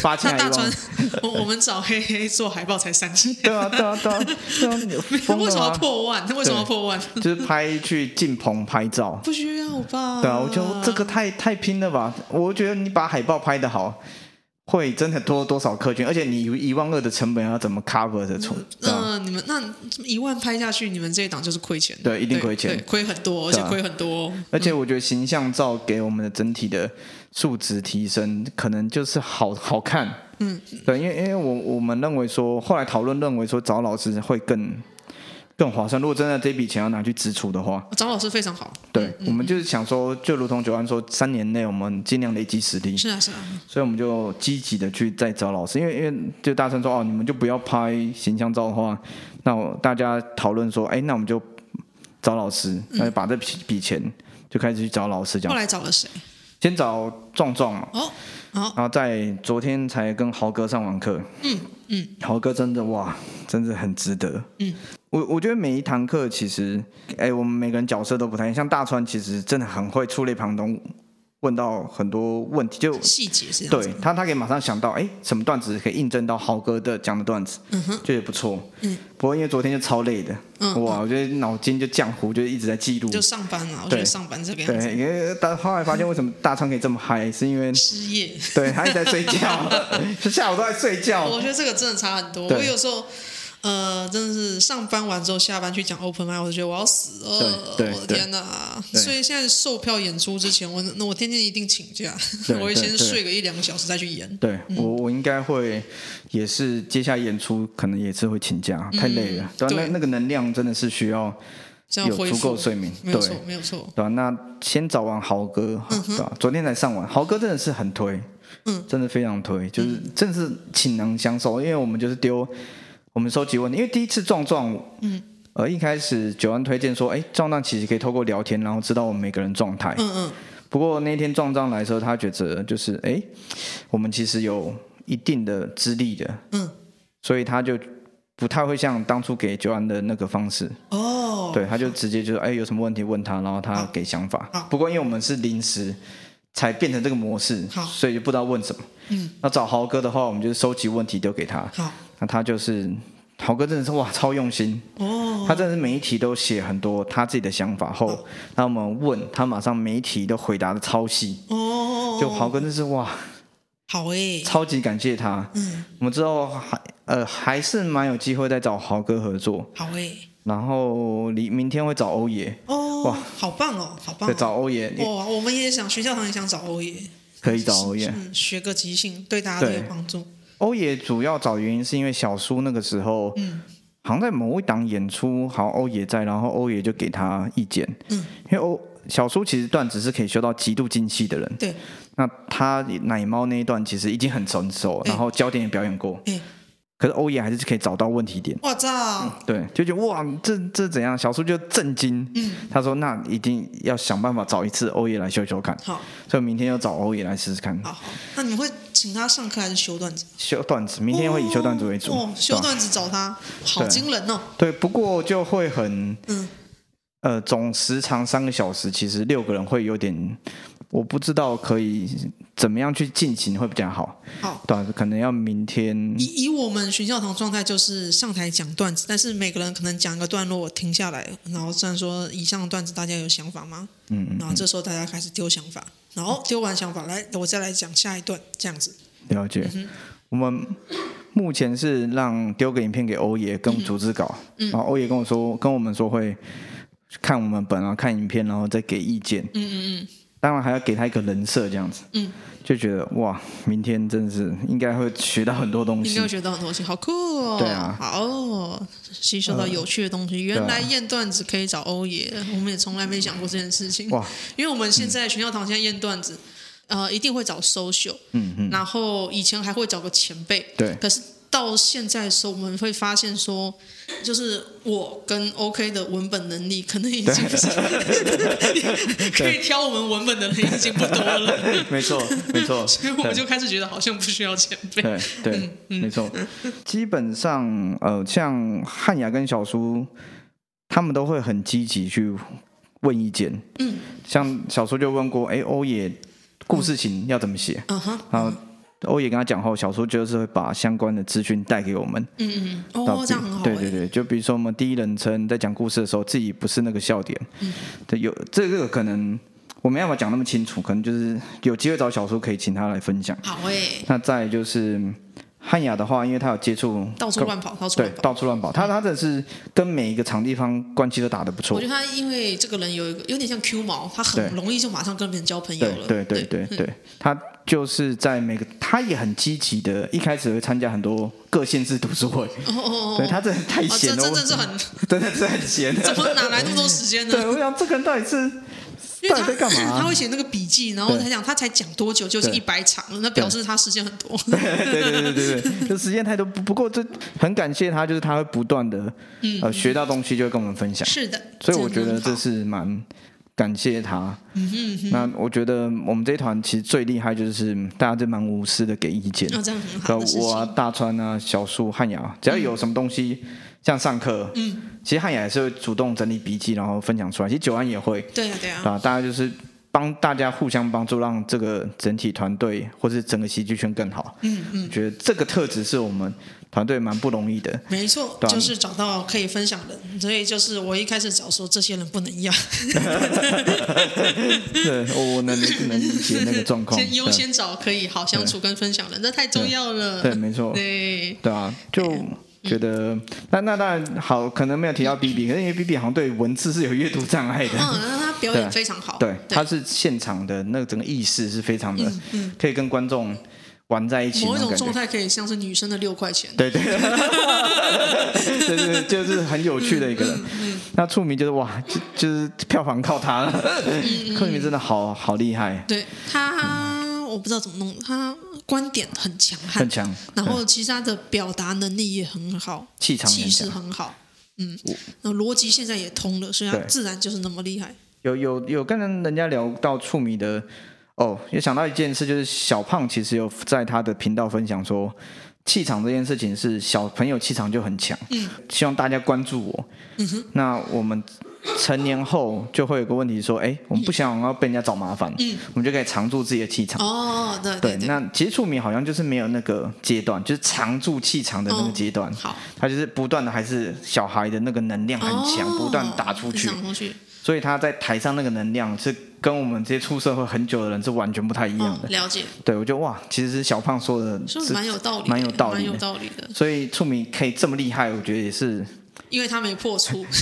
[SPEAKER 1] 八千还
[SPEAKER 2] 他
[SPEAKER 1] 一
[SPEAKER 2] 大
[SPEAKER 1] 万
[SPEAKER 2] 川
[SPEAKER 1] 二，，
[SPEAKER 2] 我我们找黑黑做海报才三千，
[SPEAKER 1] 对啊，对啊，对啊，对啊， 你有
[SPEAKER 2] 他
[SPEAKER 1] 疯
[SPEAKER 2] 为
[SPEAKER 1] 了
[SPEAKER 2] 什么要
[SPEAKER 1] 吗？
[SPEAKER 2] 破万？他 为什么要
[SPEAKER 1] 对
[SPEAKER 2] 破万？
[SPEAKER 1] 就是拍去进棚拍照，
[SPEAKER 2] 不需要吧？
[SPEAKER 1] 对啊，我觉
[SPEAKER 2] 嗯
[SPEAKER 1] 得这个太太拼了吧，我觉得你把海报拍的好。会真的多多少客群，而且你一万二的成本要怎么 cover 得出？对啊
[SPEAKER 2] 嗯、你们那一万拍下去，你们这一档就是亏钱的，
[SPEAKER 1] 对一定亏钱
[SPEAKER 2] 对亏很多，而
[SPEAKER 1] 对
[SPEAKER 2] 且
[SPEAKER 1] 啊
[SPEAKER 2] 亏很多。
[SPEAKER 1] 而且我觉得形象照给我们的整体的素质提升，可能就是好 好看。
[SPEAKER 2] 嗯，
[SPEAKER 1] 对，因为因为我我们认为说，后来讨论认为说找老师会更更划算。如果真的这笔钱要拿去支出的话，
[SPEAKER 2] 找老师非常好，
[SPEAKER 1] 对，
[SPEAKER 2] 嗯
[SPEAKER 1] 我们就是想说，就如同九安说，三年内我们尽量累积实力，
[SPEAKER 2] 是啊是啊，
[SPEAKER 1] 所以我们就积极的去再找老师，因为因为就大声说哦，你们就不要拍形象照的话，那我大家讨论说，哎，那我们就找老师，那就把这笔笔钱就开始去找老师讲
[SPEAKER 2] 嗯后。来找了谁？
[SPEAKER 1] 先找壮壮嘛，
[SPEAKER 2] 哦，好，
[SPEAKER 1] 然后在昨天才跟豪哥上完课。嗯嗯，豪哥真的哇，真的很值得。
[SPEAKER 2] 嗯，
[SPEAKER 1] 我我觉得每一堂课其实，哎，我们每个人角色都不太一样。像大川其实真的很会触类旁通，问到很多问题，就
[SPEAKER 2] 细节是这样子
[SPEAKER 1] 对他他可以马上想到，哎，什么段子可以印证到豪哥的讲的段子，嗯哼，就也不错。嗯，不过因为昨天就超累的，
[SPEAKER 2] 嗯
[SPEAKER 1] 哇，我觉得脑筋就浆糊，就一直在记录。
[SPEAKER 2] 就上班啊，
[SPEAKER 1] 嗯
[SPEAKER 2] 我觉
[SPEAKER 1] 对
[SPEAKER 2] 得上班这个样子，
[SPEAKER 1] 对，因为大后来发现为什么大川可以这么嗨，是因为
[SPEAKER 2] 失业，
[SPEAKER 1] 对他一直在睡 觉，就下午都在睡觉
[SPEAKER 2] 我。觉得这个真的差很多。
[SPEAKER 1] 哦对
[SPEAKER 2] 我有时候。呃，真的是上班完之后下班去讲 open mic，我就觉得我要死了，
[SPEAKER 1] 对对
[SPEAKER 2] 我的天哪！
[SPEAKER 1] 对
[SPEAKER 2] 所以现在售票演出之前，我那我天天一定请假，
[SPEAKER 1] 对
[SPEAKER 2] 我会
[SPEAKER 1] 对
[SPEAKER 2] 先
[SPEAKER 1] 对
[SPEAKER 2] 睡个一两个小时再去演。
[SPEAKER 1] 对我，我应该会也是接下来演出，可能也是会请假，太累了。对啊，
[SPEAKER 2] 嗯对
[SPEAKER 1] 那那个能量真的是需要
[SPEAKER 2] 这样
[SPEAKER 1] 有
[SPEAKER 2] 恢
[SPEAKER 1] 足够
[SPEAKER 2] 复
[SPEAKER 1] 睡眠，
[SPEAKER 2] 没
[SPEAKER 1] 对
[SPEAKER 2] 有错，没有错。
[SPEAKER 1] 对吧、那先找完豪哥，对吧、昨天才上完，豪哥真的是很推，
[SPEAKER 2] 嗯，
[SPEAKER 1] 真的非常推，就是真的是倾囊相授，因为我们就是丢我们收集问题，因为第一次撞撞，嗯，呃，一开始九安推荐说，哎，撞撞其实可以透过聊天，然后知道我们每个人状态，
[SPEAKER 2] 嗯嗯，
[SPEAKER 1] 不过那天壮壮来的时候，他觉得就是哎，诶我们其实有一定的资历的，
[SPEAKER 2] 嗯，
[SPEAKER 1] 所以他就不太会像当初给九安的那个方式，
[SPEAKER 2] 哦，
[SPEAKER 1] 对，他就直接就是哎有什么问题问他，然后他给想法
[SPEAKER 2] 好。
[SPEAKER 1] 不过因为我们是临时才变成这个模式，
[SPEAKER 2] 好
[SPEAKER 1] 所以就不知道问什么。
[SPEAKER 2] 嗯，
[SPEAKER 1] 那找豪哥的话，我们就是收集问题丢给他，
[SPEAKER 2] 好
[SPEAKER 1] 那他就是豪哥真的是哇超用心，
[SPEAKER 2] 哦，
[SPEAKER 1] 他真的是每一题都写很多他自己的想法后，那我们问他，马上每一题都回答的超细。
[SPEAKER 2] 哦，
[SPEAKER 1] 就豪哥真是哇，
[SPEAKER 2] 好哎，
[SPEAKER 1] 超级感谢他。
[SPEAKER 2] 嗯，
[SPEAKER 1] 我们之后还呃还是蛮有机会再找豪哥合作，
[SPEAKER 2] 好哎，
[SPEAKER 1] 然后你明天会找欧爷，
[SPEAKER 2] 哦，好棒哦，好棒
[SPEAKER 1] 对，
[SPEAKER 2] 哦，
[SPEAKER 1] 找欧爷、
[SPEAKER 2] 哇，我们也想学校堂也想找欧耶，
[SPEAKER 1] 可以找欧爷。
[SPEAKER 2] 嗯，学个即兴对大家都
[SPEAKER 1] 对
[SPEAKER 2] 有帮助，
[SPEAKER 1] 欧野主要找的原因是因为小叔那个时候，
[SPEAKER 2] 嗯
[SPEAKER 1] 好像在某一档演出，好像欧野在，然后欧野就给他意见，
[SPEAKER 2] 嗯
[SPEAKER 1] 因为欧小叔其实段子是可以修到极度精细的人，
[SPEAKER 2] 对，
[SPEAKER 1] 那他奶猫那一段其实已经很成熟，
[SPEAKER 2] 嗯
[SPEAKER 1] 然后焦点也表演过，
[SPEAKER 2] 哎，
[SPEAKER 1] 可是欧野还是可以找到问题点。
[SPEAKER 2] 我操，
[SPEAKER 1] 对，就觉得哇，这这怎样？小叔就震惊，
[SPEAKER 2] 嗯
[SPEAKER 1] 他说：“那一定要想办法找一次欧野来修修看。”
[SPEAKER 2] 好
[SPEAKER 1] 所以明天要找欧野来试试看
[SPEAKER 2] 好好，那你们会请他上课还是修段子？
[SPEAKER 1] 修段子，明天会以修段子为主。
[SPEAKER 2] 哦，修
[SPEAKER 1] 对吧
[SPEAKER 2] 段子找他，好
[SPEAKER 1] 对
[SPEAKER 2] 惊人哦。
[SPEAKER 1] 对，不过就会很
[SPEAKER 2] 嗯，
[SPEAKER 1] 呃，总时长三个小时，其实六个人会有点，我不知道可以怎么样去进行会比较好。
[SPEAKER 2] 好。
[SPEAKER 1] 对啊，可能要明天。
[SPEAKER 2] 以以我们巡教堂状态，就是上台讲段子，但是每个人可能讲一个段落，停下来，然后虽然说以上的段子大家有想法吗？
[SPEAKER 1] 嗯嗯，
[SPEAKER 2] 然后这时候大家开始丢想法，然后丢完想法来，我再来讲下一段，这样子。
[SPEAKER 1] 了解。
[SPEAKER 2] 嗯
[SPEAKER 1] 我们目前是让丢个影片给欧爷跟组织稿，
[SPEAKER 2] 嗯
[SPEAKER 1] 然后欧爷跟我说，跟我们说会看我们本啊，看影片，然后再给意见。
[SPEAKER 2] 嗯嗯
[SPEAKER 1] 当然还要给他一个人设这样子，
[SPEAKER 2] 嗯
[SPEAKER 1] 就觉得哇，明天真的是应该会学到很多东
[SPEAKER 2] 嗯，应
[SPEAKER 1] 西
[SPEAKER 2] 该。会学到很多东西，好酷哦！
[SPEAKER 1] 对啊
[SPEAKER 2] 好哦，吸收到有趣的东西。原来验段子可以找欧爷，我们也从来没想过这件事情。
[SPEAKER 1] 哇，
[SPEAKER 2] 因为我们现在巡教堂现在验段子，呃，一定会找 social，
[SPEAKER 1] 嗯嗯，
[SPEAKER 2] 然后以前还会找个前辈，
[SPEAKER 1] 对
[SPEAKER 2] 可是到现在的时候，我们会发现说，就是我跟 OK 的文本能力，可能已经不是 可以挑我们文本的人已经不多了，
[SPEAKER 1] 没错没错，
[SPEAKER 2] 所以我们就嗯开始觉得好像不需要前辈。
[SPEAKER 1] 对对，没错。基本上，呃，像汉雅跟小苏，他们都会很积极去问意见。嗯，像小苏就问过，哎，欧野故事情要怎么写？
[SPEAKER 2] 嗯哼，
[SPEAKER 1] 然后欧野跟他讲后，小苏就是会把相关的资讯带给我们。
[SPEAKER 2] 嗯嗯，
[SPEAKER 1] 到
[SPEAKER 2] 哦，
[SPEAKER 1] 底
[SPEAKER 2] 这样很好
[SPEAKER 1] 对对
[SPEAKER 2] 哎，
[SPEAKER 1] 对，就比如说我们第一人称在讲故事的时候，自己不是那个笑点，
[SPEAKER 2] 嗯
[SPEAKER 1] 对，有这个可能我没办法讲那么清楚，可能就是有机会找小叔可以请他来分享。
[SPEAKER 2] 好哎，
[SPEAKER 1] 那再来就是汉雅的话，因为他有接触
[SPEAKER 2] 到处
[SPEAKER 1] 跟
[SPEAKER 2] 乱跑，到处
[SPEAKER 1] 对
[SPEAKER 2] 乱跑。
[SPEAKER 1] 到处乱跑，他他真的是跟每一个场地方关系都打得不
[SPEAKER 2] 我
[SPEAKER 1] 错
[SPEAKER 2] 觉。得他因为这个人有一个有点像 Q 毛，他很
[SPEAKER 1] 对
[SPEAKER 2] 容易就马上跟别人交朋友
[SPEAKER 1] 对
[SPEAKER 2] 了。
[SPEAKER 1] 对对对
[SPEAKER 2] 嗯
[SPEAKER 1] 对，他就是在每个，他也很积极的，一开始会参加很多各县市读书会，
[SPEAKER 2] 哦哦哦，
[SPEAKER 1] 对他真的太
[SPEAKER 2] 哦，这
[SPEAKER 1] 闲了，
[SPEAKER 2] 真的
[SPEAKER 1] 我
[SPEAKER 2] 是很，
[SPEAKER 1] 真的是很闲的。
[SPEAKER 2] 怎么哪来那么多时间呢？
[SPEAKER 1] 对，我想这个人到底是
[SPEAKER 2] 因为
[SPEAKER 1] 到
[SPEAKER 2] 他
[SPEAKER 1] 底在干嘛、
[SPEAKER 2] 他会写那个笔记，然后
[SPEAKER 1] 对
[SPEAKER 2] 才讲他才讲多久就是
[SPEAKER 1] 对
[SPEAKER 2] 一百场了，那表示他时间很多。
[SPEAKER 1] 对对对对对，就时间太多。不不过这很感谢他，就是他会不断的
[SPEAKER 2] 嗯
[SPEAKER 1] 呃学到东西，就会跟我们分享。
[SPEAKER 2] 是的，
[SPEAKER 1] 所以我觉
[SPEAKER 2] 真
[SPEAKER 1] 得
[SPEAKER 2] 的很
[SPEAKER 1] 这
[SPEAKER 2] 好嗯
[SPEAKER 1] 是蛮感谢他。那我觉得我们这一团其实最厉害就是大家都蛮无私的给意见。
[SPEAKER 2] 哦那这样很好
[SPEAKER 1] 呃
[SPEAKER 2] 的事
[SPEAKER 1] 我啊、
[SPEAKER 2] 情。
[SPEAKER 1] 大川啊、小树、汉雅，只要有什么东西，像上课，嗯，其实汉雅也是会主动整理笔记，然后分享出来。其实九安也会，
[SPEAKER 2] 对啊，对啊，
[SPEAKER 1] 啊，大家就是帮大家互相帮助，让这个整体团队或是整个喜剧圈更好。嗯嗯，觉得这个特质是我们团队蛮不容易的。
[SPEAKER 2] 没错，
[SPEAKER 1] 对啊
[SPEAKER 2] 就是找到可以分享的人，所以就是我一开始找说这些人不能 要，
[SPEAKER 1] 对，我能能理解那个状况。
[SPEAKER 2] 先优
[SPEAKER 1] 对啊
[SPEAKER 2] 先找可以好相处跟分享的人，这太重要了。
[SPEAKER 1] 对，没错，
[SPEAKER 2] 对
[SPEAKER 1] 对啊，就觉得那那当然好，可能没有提到 B B，可是因为 B B 好像对文字是有阅读障碍的。
[SPEAKER 2] 嗯，那他表
[SPEAKER 1] 对
[SPEAKER 2] 演非常好，
[SPEAKER 1] 对，他是现场的那个整个意识是非常的，可以跟观众玩在一起
[SPEAKER 2] 某
[SPEAKER 1] 那
[SPEAKER 2] 一
[SPEAKER 1] 种
[SPEAKER 2] 种
[SPEAKER 1] 感觉
[SPEAKER 2] 状。态可以像是女生的六块钱，
[SPEAKER 1] 对对，对对，就是很有趣的一个人。那触迷就是哇，就就是票房靠他了，触迷真的好好厉害，
[SPEAKER 2] 对他，我不知道怎么弄，他观点很强悍，
[SPEAKER 1] 很强，
[SPEAKER 2] 然后其实他的表达能力也很好，
[SPEAKER 1] 气场很
[SPEAKER 2] 气势
[SPEAKER 1] 强。
[SPEAKER 2] 很好，嗯，那逻辑现在也通了，所以他
[SPEAKER 1] 对
[SPEAKER 2] 自然就是那么厉害。
[SPEAKER 1] 有有有跟人家聊到触迷的哦，也想到一件事，就是小胖其实有在他的频道分享说。气场这件事情是小朋友气场就很强，嗯，希望大家关注我。嗯、那我们成年后就会有个问题说，哎，我们不想要被人家找麻烦，嗯，我们就可以藏住自己的气场。
[SPEAKER 2] 哦，对
[SPEAKER 1] 对，
[SPEAKER 2] 对，
[SPEAKER 1] 那其实触迷好像就是没有那个阶段，就是常驻气场的那个阶段，
[SPEAKER 2] 好，
[SPEAKER 1] 他就是不断的还是小孩的那个能量很强，
[SPEAKER 2] 哦
[SPEAKER 1] 不断打出去，
[SPEAKER 2] 打出去，
[SPEAKER 1] 所以他在台上那个能量是跟我们这些出社会很久的人是完全不太一样
[SPEAKER 2] 哦
[SPEAKER 1] 的。，
[SPEAKER 2] 了解，
[SPEAKER 1] 对，我觉得哇，其实小胖说的
[SPEAKER 2] 说的
[SPEAKER 1] 是
[SPEAKER 2] 蛮有道理的，
[SPEAKER 1] 蛮有道
[SPEAKER 2] 蛮
[SPEAKER 1] 理
[SPEAKER 2] 有
[SPEAKER 1] 的，
[SPEAKER 2] 道理的，
[SPEAKER 1] 所以触迷可以这么厉害，我觉得也是
[SPEAKER 2] 因为他没破处，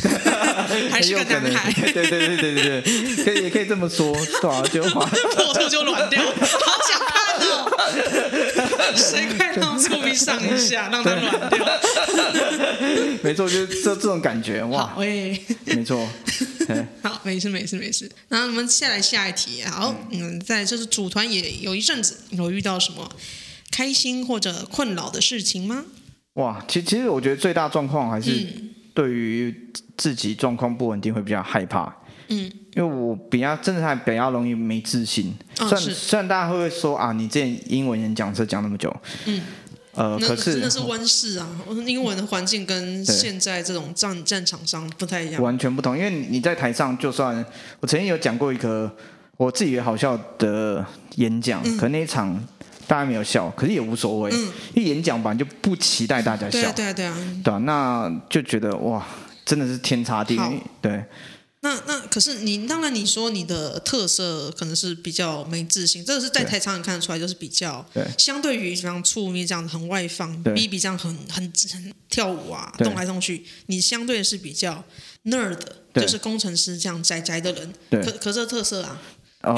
[SPEAKER 2] 还
[SPEAKER 1] 很
[SPEAKER 2] 是
[SPEAKER 1] 有
[SPEAKER 2] 个
[SPEAKER 1] 可能
[SPEAKER 2] 男。孩，
[SPEAKER 1] 对对对对 对对，可以也可以这么说，对啊，就哇。
[SPEAKER 2] 破处就软掉，好想看哦。哦谁快 让臭屁上一下，让它软掉。
[SPEAKER 1] 没错，就是这这种感觉哇，
[SPEAKER 2] 好，喂，
[SPEAKER 1] 没错，哎
[SPEAKER 2] 好，没事，没事，没事。然后我们下来下一题，好，嗯，在就是组团也有一阵子，有遇到什么开心或者困扰的事情吗？
[SPEAKER 1] 哇，其其实我觉得最大状况还是
[SPEAKER 2] 嗯
[SPEAKER 1] 对于自己状况不稳定会比较害怕，
[SPEAKER 2] 嗯，
[SPEAKER 1] 因为我比较真的还比较容易没自信。
[SPEAKER 2] 嗯
[SPEAKER 1] 虽然
[SPEAKER 2] 是
[SPEAKER 1] 虽然大家会说啊，你之前英文演讲是讲那么久，
[SPEAKER 2] 嗯，
[SPEAKER 1] 呃，
[SPEAKER 2] 那
[SPEAKER 1] 可
[SPEAKER 2] 真
[SPEAKER 1] 是
[SPEAKER 2] 的是温室啊，英文的环境跟
[SPEAKER 1] 对
[SPEAKER 2] 现在这种战战场上不太一样。
[SPEAKER 1] 完全不同，因为你在台上，就算我曾经有讲过一个我自己也好笑的演讲，
[SPEAKER 2] 嗯
[SPEAKER 1] 可那一场大家没有笑，可是也无所谓，因为演讲本来就不期待大家
[SPEAKER 2] 对
[SPEAKER 1] 笑
[SPEAKER 2] 啊，，对啊，对啊。
[SPEAKER 1] 对吧、那就觉得哇，真的是天差地
[SPEAKER 2] 好
[SPEAKER 1] 别，对。
[SPEAKER 2] 那那可是你，当然你说你的特色可能是比较没自信，这个是在
[SPEAKER 1] 对
[SPEAKER 2] 台上也看得出来，就是比较
[SPEAKER 1] 对
[SPEAKER 2] 相对于像醋咪这样很外放
[SPEAKER 1] 对
[SPEAKER 2] ，B B 这样很很很跳舞啊，
[SPEAKER 1] 对
[SPEAKER 2] 动来动去，你相对是比较 nerd，
[SPEAKER 1] 对
[SPEAKER 2] 就是工程师这样宅宅的人，
[SPEAKER 1] 对
[SPEAKER 2] 可可是这特色啊，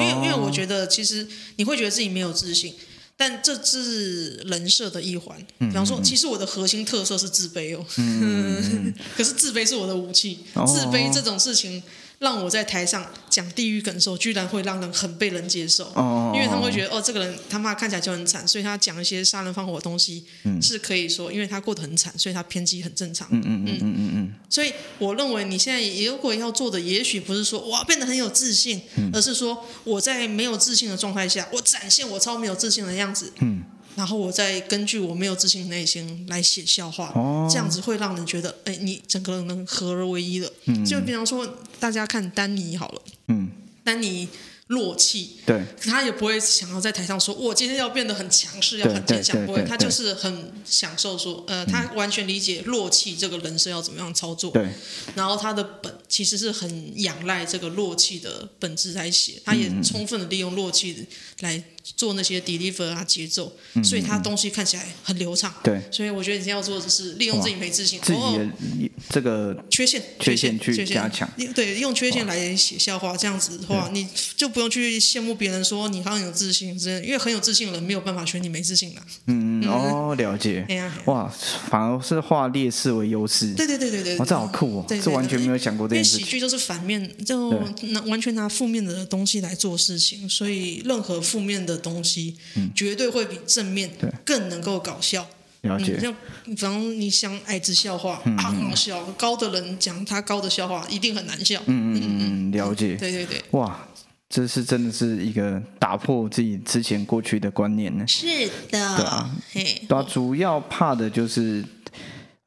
[SPEAKER 1] 因
[SPEAKER 2] 因为因为
[SPEAKER 1] 哦
[SPEAKER 2] 我觉得其实你会觉得自己没有自信，但这是人设的一环。
[SPEAKER 1] 嗯
[SPEAKER 2] 比方说，其实我的核心特色是自卑哦， 可是自卑是我的武器，
[SPEAKER 1] 嗯哦
[SPEAKER 2] 自卑这种事情。让我在台上讲地狱梗的时候，居然会让人很被人接受，
[SPEAKER 1] 哦
[SPEAKER 2] 因为他们会觉得哦，这个人他妈看起来就很惨，所以他讲一些杀人放火的东西、是可以说，因为他过得很惨，所以他偏激很正常。
[SPEAKER 1] 嗯嗯嗯嗯嗯嗯，
[SPEAKER 2] 所以我认为你现在也如果要做的，也许不是说哇变得很有自信，
[SPEAKER 1] 嗯
[SPEAKER 2] 而是说我在没有自信的状态下，我展现我超没有自信的样子，
[SPEAKER 1] 嗯，
[SPEAKER 2] 然后我再根据我没有自信的内心来写笑话，
[SPEAKER 1] 哦
[SPEAKER 2] 这样子会让人觉得，哎，你整个人能合而为一了。就比方说大家看丹尼好了，
[SPEAKER 1] 嗯，
[SPEAKER 2] 丹尼弱气，
[SPEAKER 1] 对，
[SPEAKER 2] 他也不会想要在台上说，我今天要变得很强势，要很坚强，
[SPEAKER 1] 对对
[SPEAKER 2] 不会，
[SPEAKER 1] 对
[SPEAKER 2] 他
[SPEAKER 1] 对
[SPEAKER 2] 就是很享受说，呃，他完全理解弱气这个人设要怎么样操作，
[SPEAKER 1] 对，
[SPEAKER 2] 然后他的本其实是很仰赖这个弱气的本质来写，他
[SPEAKER 1] 嗯
[SPEAKER 2] 也充分的利用弱气来做那些 deliver 啊节奏，
[SPEAKER 1] 嗯
[SPEAKER 2] 所以他东西看起来很流畅。
[SPEAKER 1] 对
[SPEAKER 2] 所以我觉得你要做的就是利用自己没自信，
[SPEAKER 1] 自己
[SPEAKER 2] 哦
[SPEAKER 1] 的这个
[SPEAKER 2] 缺陷
[SPEAKER 1] 缺
[SPEAKER 2] 陷
[SPEAKER 1] 陷去
[SPEAKER 2] 缺陷
[SPEAKER 1] 加强，
[SPEAKER 2] 对，用缺陷来写笑话，这样子的话，你就不用去羡慕别人说你好像有自信，真的，因为很有自信的人没有办法学你没自信的。
[SPEAKER 1] 嗯哦了解
[SPEAKER 2] 哎，呀，
[SPEAKER 1] 哇，反而是化劣势为优势，
[SPEAKER 2] 对对对对对，
[SPEAKER 1] 哇，这好酷哦，
[SPEAKER 2] 对对
[SPEAKER 1] 这完全
[SPEAKER 2] 对
[SPEAKER 1] 没有想过这
[SPEAKER 2] 因为
[SPEAKER 1] 件事
[SPEAKER 2] 喜
[SPEAKER 1] 情，
[SPEAKER 2] 剧就是反面，就拿完全拿负面的东西来做事情，所以任何负面的东西，绝对会比正面
[SPEAKER 1] 嗯对
[SPEAKER 2] 更能够搞笑。
[SPEAKER 1] 了
[SPEAKER 2] 嗯，
[SPEAKER 1] 解，嗯
[SPEAKER 2] 像比方你想矮子笑话，啊，很好笑，高的人讲他高的笑话一定很难笑。
[SPEAKER 1] 嗯嗯嗯嗯，了解，
[SPEAKER 2] 对对对，
[SPEAKER 1] 哇，这是真的是一个打破自己之前过去的观念呢，
[SPEAKER 2] 是的，
[SPEAKER 1] 对啊
[SPEAKER 2] 嘿，
[SPEAKER 1] 对啊，主要怕的就是。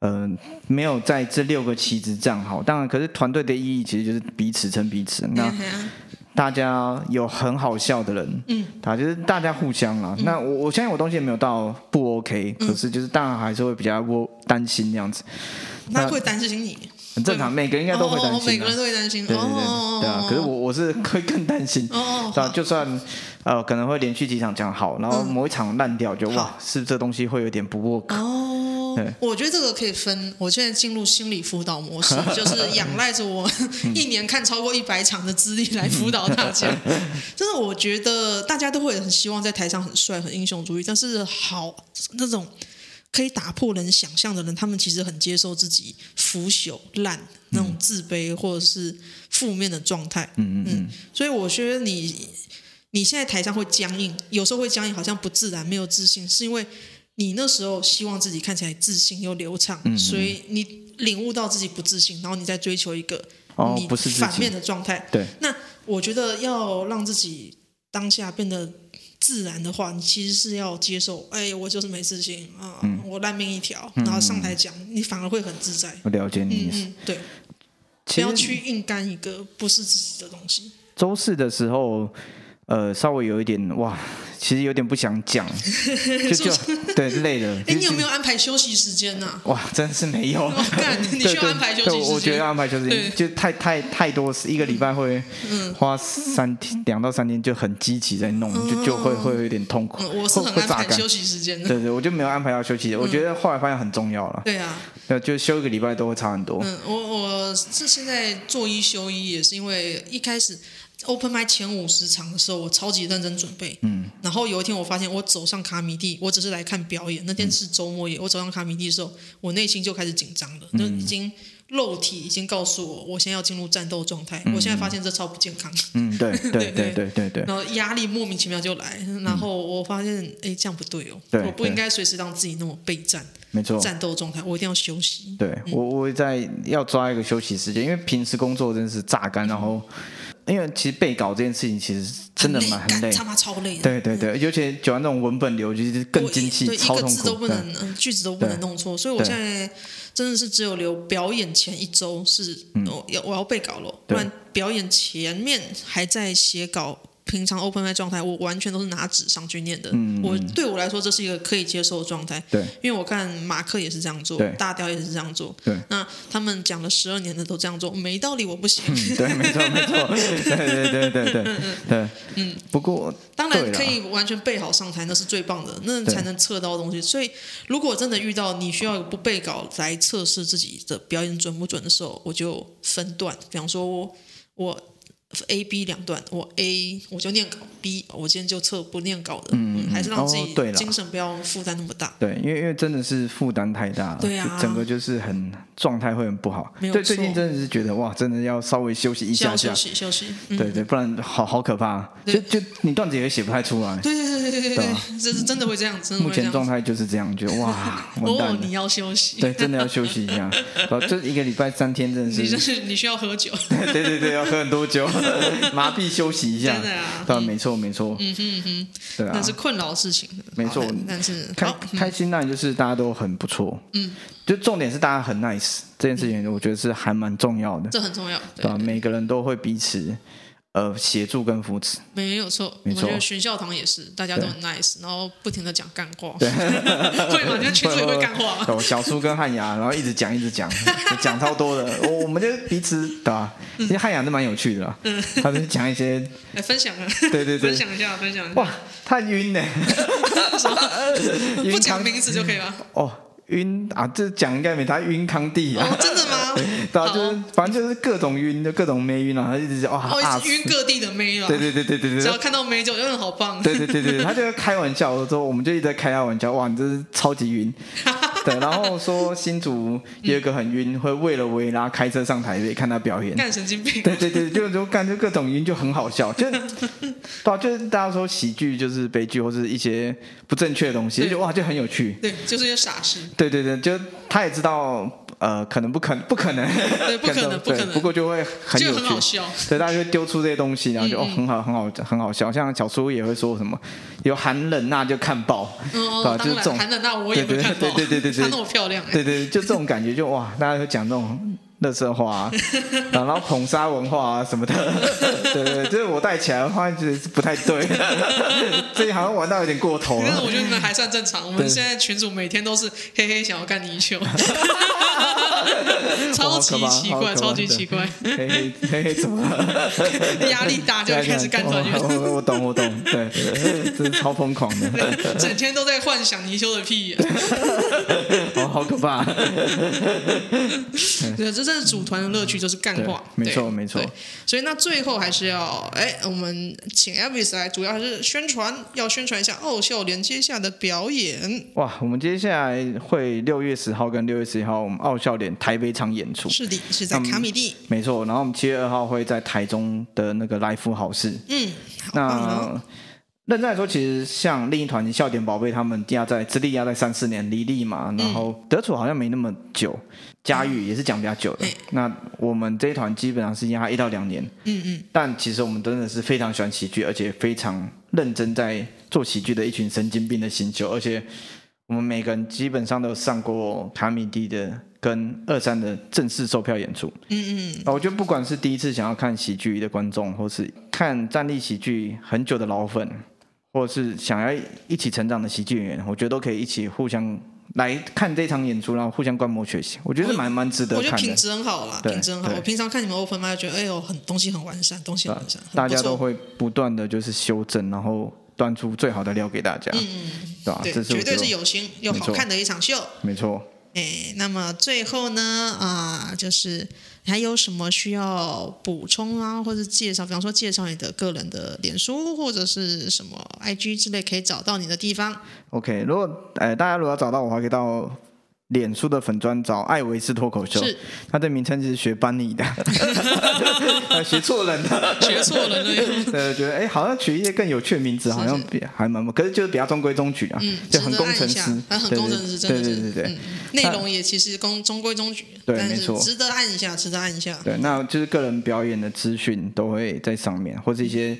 [SPEAKER 1] 呃，没有在这六个棋子站好，当然，可是团队的意义其实就是彼此撑彼此。那
[SPEAKER 2] 嘿啊
[SPEAKER 1] 大家有很好笑的人，嗯，啊，就是大家互相啦。
[SPEAKER 2] 嗯
[SPEAKER 1] 那我我相信我东西也没有到不 OK，、可是就是当然还是会比较我担心那样子，
[SPEAKER 2] 那会担心你，
[SPEAKER 1] 很正常，每个人应该都会担
[SPEAKER 2] 哦哦哦每
[SPEAKER 1] 心、
[SPEAKER 2] 个
[SPEAKER 1] 啊。
[SPEAKER 2] 人都会担心，
[SPEAKER 1] 对对对，
[SPEAKER 2] 哦
[SPEAKER 1] 对啊。可是我我是会更担心，
[SPEAKER 2] 哦哦
[SPEAKER 1] 对啊，就算呃可能会连续几场讲好，然后某一场烂掉，就、哇
[SPEAKER 2] 嗯好，
[SPEAKER 1] 是不是这东西会有点不 work？、
[SPEAKER 2] 哦
[SPEAKER 1] 对，
[SPEAKER 2] 我觉得这个可以分。我现在进入心理辅导模式，就是仰赖着我一年看超过一百场的资历来辅导大家。真的，我觉得大家都会很希望在台上很帅、很英雄主义，但是好那种可以打破人想象的人，他们其实很接受自己腐朽、烂那种自卑或者是负面的状态。
[SPEAKER 1] 嗯嗯嗯，
[SPEAKER 2] 所以我觉得你你现在台上会僵硬，有时候会僵硬，好像不自然，没有自信，是因为你那时候希望自己看起来自信又流畅，
[SPEAKER 1] 嗯
[SPEAKER 2] 所以你领悟到自己不自信，然后你再追求一个
[SPEAKER 1] 哦
[SPEAKER 2] 你
[SPEAKER 1] 不是自己
[SPEAKER 2] 反面的状态。
[SPEAKER 1] 对，
[SPEAKER 2] 那我觉得要让自己当下变得自然的话，你其实是要接受，哎，我就是没自信啊，
[SPEAKER 1] 嗯
[SPEAKER 2] 我烂命一条，然后上台讲，你反而会很自在。
[SPEAKER 1] 我了解你
[SPEAKER 2] 嗯
[SPEAKER 1] 意思。
[SPEAKER 2] 嗯，对，不
[SPEAKER 1] 其
[SPEAKER 2] 要
[SPEAKER 1] 实
[SPEAKER 2] 去硬干一个不是自己的东西。
[SPEAKER 1] 周四的时候，呃，稍微有一点哇，其实有点不想 讲，就就对累了。
[SPEAKER 2] 哎，你有
[SPEAKER 1] 有？
[SPEAKER 2] 没有安排休息时间呢、
[SPEAKER 1] 哇，真是没有。
[SPEAKER 2] 我干， 你
[SPEAKER 1] 对
[SPEAKER 2] 需要
[SPEAKER 1] 对
[SPEAKER 2] 安排休息
[SPEAKER 1] 对，
[SPEAKER 2] 时间。
[SPEAKER 1] 我觉得要安排休息时间就太太太多，一个礼拜会嗯花三天两到三天就很积极在弄，就就会会有点痛苦，
[SPEAKER 2] 嗯，我是
[SPEAKER 1] 会
[SPEAKER 2] 很
[SPEAKER 1] 会
[SPEAKER 2] 安
[SPEAKER 1] 榨
[SPEAKER 2] 排
[SPEAKER 1] 干
[SPEAKER 2] 休。息嗯时间的。
[SPEAKER 1] 对对，我就没有安排到休息，我觉得后来发现很重要了，
[SPEAKER 2] 对啊，嗯
[SPEAKER 1] 对，就休一个礼拜都会差很多。
[SPEAKER 2] 嗯，我我是现在做一休一，也是因为一开始 open m i 前五十场的时候，我超级认真准备。嗯，然后有一天我发现，我走上卡米蒂，我只是来看表演。那天是周末夜，我走上卡米蒂的时候，我内心就开始紧张
[SPEAKER 1] 嗯
[SPEAKER 2] 了，就已经肉体已经告诉我，我现在要进入战斗状态。我现在发现这超不健康。
[SPEAKER 1] 嗯，对对
[SPEAKER 2] 对
[SPEAKER 1] 对对对对，
[SPEAKER 2] 然后压力莫名其妙就来，然后我发现，哎、这样不对哦，
[SPEAKER 1] 对
[SPEAKER 2] 我不
[SPEAKER 1] 对哦
[SPEAKER 2] 应该随时让自己那么备战、
[SPEAKER 1] 没错。
[SPEAKER 2] 战斗状态，我一定要休息。
[SPEAKER 1] 对我，我会在要抓一个休息时间，因为平时工作真的是榨干，然后因为其实背稿这件事情其实真的蛮很
[SPEAKER 2] 干
[SPEAKER 1] 累，
[SPEAKER 2] 他妈超累的。
[SPEAKER 1] 对对对，尤其喜欢那种文本流，就是更
[SPEAKER 2] 我一
[SPEAKER 1] 精
[SPEAKER 2] 对
[SPEAKER 1] 细，
[SPEAKER 2] 一
[SPEAKER 1] 超
[SPEAKER 2] 个
[SPEAKER 1] 痛
[SPEAKER 2] 字都
[SPEAKER 1] 苦。
[SPEAKER 2] 不
[SPEAKER 1] 对
[SPEAKER 2] 能，嗯句子都不能
[SPEAKER 1] 对
[SPEAKER 2] 弄错，所以我
[SPEAKER 1] 对
[SPEAKER 2] 现在真的是只有留表演前一周是，我要我要背稿了，不
[SPEAKER 1] 嗯对
[SPEAKER 2] 然表演前面还在写稿。平常 open m i 状态，我完全都是拿纸上去念的。我对我来说，这是一个可以接受的状态。
[SPEAKER 1] 嗯对，
[SPEAKER 2] 因为我看马克也是这样做
[SPEAKER 1] 对，
[SPEAKER 2] 大雕也是这样做。
[SPEAKER 1] 对
[SPEAKER 2] 那他们讲了十二年的都这样做，没道理我不 行。
[SPEAKER 1] 对，没错没错， 对对对对对对，嗯。不过
[SPEAKER 2] 当
[SPEAKER 1] 对
[SPEAKER 2] 然
[SPEAKER 1] 啦
[SPEAKER 2] 可以完全备好上台，那是最棒的，那
[SPEAKER 1] 对
[SPEAKER 2] 才能测到东西。所以，如果真的遇到你需要有不备稿来测试自己的表演准不准的时候，我就分段，比方说我我 A、B 两段，我 A 我就念稿，B 我今天就测不念稿的，嗯还是让自
[SPEAKER 1] 哦
[SPEAKER 2] 己
[SPEAKER 1] 对啦
[SPEAKER 2] 精神不要负担那么大。
[SPEAKER 1] 对，因为因为真的是负担太大了，
[SPEAKER 2] 对啊
[SPEAKER 1] 就整个就是很状态会很不好。
[SPEAKER 2] 没有
[SPEAKER 1] 对，最
[SPEAKER 2] 错
[SPEAKER 1] 近真的是觉得哇，真的要稍微休息一
[SPEAKER 2] 需
[SPEAKER 1] 下
[SPEAKER 2] 要
[SPEAKER 1] 下
[SPEAKER 2] 休，息休息，嗯，
[SPEAKER 1] 对对，不然好好可怕啊，就就你段子也写不太出来。
[SPEAKER 2] 对对对对对
[SPEAKER 1] 对
[SPEAKER 2] 对
[SPEAKER 1] 啊，
[SPEAKER 2] 这是真的会这样，真的
[SPEAKER 1] 目
[SPEAKER 2] 会这
[SPEAKER 1] 前状
[SPEAKER 2] 样。
[SPEAKER 1] 态就是这样，觉得 哇，完
[SPEAKER 2] 偶尔
[SPEAKER 1] 蛋了
[SPEAKER 2] 你。要休息，
[SPEAKER 1] 对，真的要休息一下。然后这一个礼拜三天真的，
[SPEAKER 2] 你就是是你需要喝酒，
[SPEAKER 1] 对对对，要喝很多酒， 麻痹休息一下。
[SPEAKER 2] 真的啊
[SPEAKER 1] 对，没错没错。嗯嗯嗯，对啊
[SPEAKER 2] 那。是困扰的事情。
[SPEAKER 1] 没错
[SPEAKER 2] 好但但是
[SPEAKER 1] 开
[SPEAKER 2] 好，嗯
[SPEAKER 1] 开心那就是大家都很不错，嗯，就重点是大家很 nice 这件事情，我觉得是还蛮重要的。
[SPEAKER 2] 这很重要，嗯对
[SPEAKER 1] 对吧、每个人都会彼此呃协助跟扶持，
[SPEAKER 2] 没有错，
[SPEAKER 1] 没错
[SPEAKER 2] 我觉得学校堂也是，大家都很 nice，然后不停的讲干话， 会吗？你们群主也会干 话吗？
[SPEAKER 1] 有小苏跟汉雅，然后一直讲一直讲， 讲超多的。我我们就彼此对吧、其实汉雅是蛮有趣的啦，
[SPEAKER 2] 嗯
[SPEAKER 1] 他就讲一些
[SPEAKER 2] 来分享啊，
[SPEAKER 1] 对对对
[SPEAKER 2] 分享一下，分享一下
[SPEAKER 1] 哇，太晕了，
[SPEAKER 2] 不
[SPEAKER 1] 晕
[SPEAKER 2] 讲
[SPEAKER 1] 康
[SPEAKER 2] 名字就可 以吗？
[SPEAKER 1] 哦晕啊，这讲应该没他晕康帝啊。
[SPEAKER 2] 哦，真的吗？
[SPEAKER 1] 对啊，
[SPEAKER 2] 好
[SPEAKER 1] 就是反正就是各种晕，就各种没晕啊，他一直哇啊
[SPEAKER 2] 哦，，晕各地的妹了，
[SPEAKER 1] 对对对对对
[SPEAKER 2] 只
[SPEAKER 1] 对
[SPEAKER 2] 要，看到妹就嗯，好棒，
[SPEAKER 1] 对对对对，他就会开玩笑说，我们就一直在开他玩笑，哇，你这是超级 晕。对，然后说新竹也有一个很晕，会为了维拉开车上台北看他表演。
[SPEAKER 2] 干神经病，
[SPEAKER 1] 对对对，就就感觉各种晕就很好笑， 就对啊，就是大家说喜剧就是悲剧或是一些不正确的东西，
[SPEAKER 2] 对
[SPEAKER 1] 就哇就很有趣。
[SPEAKER 2] 对，就是一些傻事，
[SPEAKER 1] 对对对，就他也知道呃，可能不可不可能， 对
[SPEAKER 2] 不可能不可能
[SPEAKER 1] 不过就会很
[SPEAKER 2] 就
[SPEAKER 1] 有
[SPEAKER 2] 很好
[SPEAKER 1] 趣。
[SPEAKER 2] 笑，嗯
[SPEAKER 1] 所以大家就丢出这些东西，然后就哦，很好，很好，很好笑。像小苏也会说什么，有寒冷那就看报，
[SPEAKER 2] 嗯，
[SPEAKER 1] 对
[SPEAKER 2] 当
[SPEAKER 1] 啊就是这
[SPEAKER 2] 然，
[SPEAKER 1] 种
[SPEAKER 2] 韩冷那我也会
[SPEAKER 1] 对对
[SPEAKER 2] 看到，
[SPEAKER 1] 对对对对对
[SPEAKER 2] 她那么漂亮，哎
[SPEAKER 1] 对对，对就这种感觉就，哇，大家就讲这种乐色话、啊，然后捧杀文化啊什么的，对对，对就是我带起来的话，就是不太对，最近好像玩到有点过头
[SPEAKER 2] 但是
[SPEAKER 1] 了。
[SPEAKER 2] 我觉得你们还算正常。我们
[SPEAKER 1] 对
[SPEAKER 2] 现在群主每天都是嘿嘿想要干 泥鳅，
[SPEAKER 1] 哇
[SPEAKER 2] 超
[SPEAKER 1] 好可
[SPEAKER 2] 级
[SPEAKER 1] 怕
[SPEAKER 2] 奇
[SPEAKER 1] 好可
[SPEAKER 2] 怪，
[SPEAKER 1] 怕
[SPEAKER 2] 超级奇怪，
[SPEAKER 1] 嘿嘿嘿嘿，怎么了？
[SPEAKER 2] 压力大就会开始干团
[SPEAKER 1] 我
[SPEAKER 2] 圆，
[SPEAKER 1] 我我懂我懂，对，真是超疯狂的。
[SPEAKER 2] 整天都在幻想泥鳅的屁眼。
[SPEAKER 1] 哦，好可怕！
[SPEAKER 2] 对，这真是组团的乐趣，就是干话。
[SPEAKER 1] 对没错
[SPEAKER 2] 对
[SPEAKER 1] 没错
[SPEAKER 2] 对所以那最后还是要，哎，我们请 Elvis 来，主要还是宣传，要宣传一下奥校连接下的表演。
[SPEAKER 1] 哇，我们接下来会六月十号跟六月十一号，我们奥校联台北场演出，
[SPEAKER 2] 是的，是在卡米蒂。
[SPEAKER 1] 没错。然后我们七月二号会在台中的那个来福好事。
[SPEAKER 2] 嗯， 好棒哦。
[SPEAKER 1] 那认真来说，其实像另一团笑点宝贝他们压在资历压在三四年，离立
[SPEAKER 2] 嗯
[SPEAKER 1] 嘛，然后德楚好像没那么久，佳
[SPEAKER 2] 哎
[SPEAKER 1] 玉也是讲比较久的。
[SPEAKER 2] 嗯
[SPEAKER 1] 那我们这一团基本上是压一到两年，
[SPEAKER 2] 嗯嗯，
[SPEAKER 1] 但其实我们真的是非常喜欢喜剧，而且非常认真在做喜剧的一群神经病的星球，而且我们每个人基本上都有上过卡米蒂的跟二三的正式售票演出。嗯嗯，我觉得不管是第一次想要看喜剧的观众，或是看站立喜剧很久的老粉，或是想要一起成长的喜剧演员，我觉得都可以一起互相。来看这场演出，然后互相观摩学习，我觉得是蛮蛮值得
[SPEAKER 2] 我觉得
[SPEAKER 1] 看
[SPEAKER 2] 品
[SPEAKER 1] 的。
[SPEAKER 2] 质很好啦，
[SPEAKER 1] 对
[SPEAKER 2] 品质很好。
[SPEAKER 1] 对
[SPEAKER 2] 我平常看你们 open m i 觉得哎呦，很东西很完善，东西很完善，
[SPEAKER 1] 啊大家
[SPEAKER 2] 很不
[SPEAKER 1] 都
[SPEAKER 2] 错
[SPEAKER 1] 会不断的就是修正，然后端出最好的料给大家，对吧？
[SPEAKER 2] 嗯对，
[SPEAKER 1] 啊这是我
[SPEAKER 2] 绝
[SPEAKER 1] 觉
[SPEAKER 2] 对
[SPEAKER 1] 得
[SPEAKER 2] 是有心又
[SPEAKER 1] 没
[SPEAKER 2] 好
[SPEAKER 1] 错
[SPEAKER 2] 看的一场秀。
[SPEAKER 1] 没错。
[SPEAKER 2] 哎，那么最后呢，啊、就是还有什么需要补充啊，或者介绍？比方说介绍你的个人的脸书或者是什么 IG 之类可以找到你的地方。
[SPEAKER 1] OK，如果呃大家如果要找到我，还可以到脸书的粉砖找艾维斯脱口秀
[SPEAKER 2] 是，
[SPEAKER 1] 他的名称其实学班尼 的，学错人的。
[SPEAKER 2] 学错人了又。
[SPEAKER 1] 呃，觉得哎，好像取一些更有趣的名字，好像比还蛮，可是就是比较中规中矩啊，
[SPEAKER 2] 嗯，
[SPEAKER 1] 就很
[SPEAKER 2] 值得
[SPEAKER 1] 工
[SPEAKER 2] 按
[SPEAKER 1] 程
[SPEAKER 2] 一下
[SPEAKER 1] 师，
[SPEAKER 2] 很很
[SPEAKER 1] 对
[SPEAKER 2] 工
[SPEAKER 1] 对
[SPEAKER 2] 程师，真
[SPEAKER 1] 对
[SPEAKER 2] 的
[SPEAKER 1] 对
[SPEAKER 2] 是
[SPEAKER 1] 对对
[SPEAKER 2] 嗯内容也其实公中规中矩，
[SPEAKER 1] 对
[SPEAKER 2] 但
[SPEAKER 1] 没
[SPEAKER 2] 是
[SPEAKER 1] 错
[SPEAKER 2] 值得按一下，值得按一下。
[SPEAKER 1] 对，那就是个人表演的资讯都会在上面，或是一些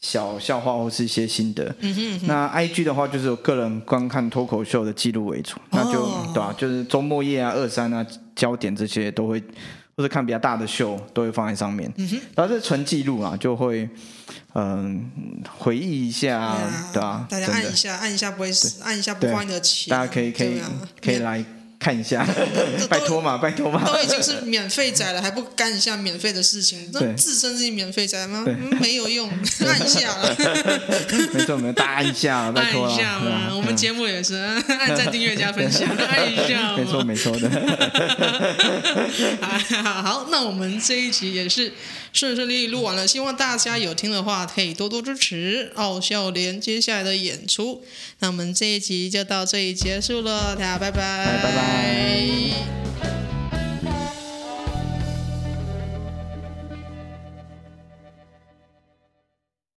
[SPEAKER 1] 小笑话，或是一些心得。
[SPEAKER 2] 嗯哼嗯哼，
[SPEAKER 1] 那 I G 的话，就是有个人观看脱口秀的记录为主，那就、
[SPEAKER 2] 哦
[SPEAKER 1] 对啊，就是周末夜啊、二三啊、焦点这些都会，或者看比较大的秀都会放在上面。嗯然后是纯记录啊，就会嗯、回忆一下啊，对啊，
[SPEAKER 2] 大家
[SPEAKER 1] 真
[SPEAKER 2] 按
[SPEAKER 1] 的
[SPEAKER 2] 一，下，按一下不会死，按一下不
[SPEAKER 1] 对
[SPEAKER 2] 花你的钱，
[SPEAKER 1] 大家可以可以
[SPEAKER 2] 对啊
[SPEAKER 1] 可以
[SPEAKER 2] 免
[SPEAKER 1] 来看一下，
[SPEAKER 2] 都
[SPEAKER 1] 拜托嘛，拜托嘛。
[SPEAKER 2] 都已经是免费仔了，还不干一下免费的事情，那
[SPEAKER 1] 对
[SPEAKER 2] 自称自己免费仔吗？
[SPEAKER 1] 对
[SPEAKER 2] 嗯没有 用，按一下了，
[SPEAKER 1] 没错，没错，大家按一下，拜
[SPEAKER 2] 按
[SPEAKER 1] 托
[SPEAKER 2] 一
[SPEAKER 1] 啦。
[SPEAKER 2] 下
[SPEAKER 1] 对啊
[SPEAKER 2] 嘛。我们节目也是，按赞、订阅、加分享，按一下
[SPEAKER 1] 没错
[SPEAKER 2] 嘛。
[SPEAKER 1] 没错的，
[SPEAKER 2] 好好，那我们这一集也是顺顺利利录完了，希望大家有听的话可以多多支持奥笑莲接下来的演出。那我们这一集就到这里结束了，大家拜拜，
[SPEAKER 1] 拜拜。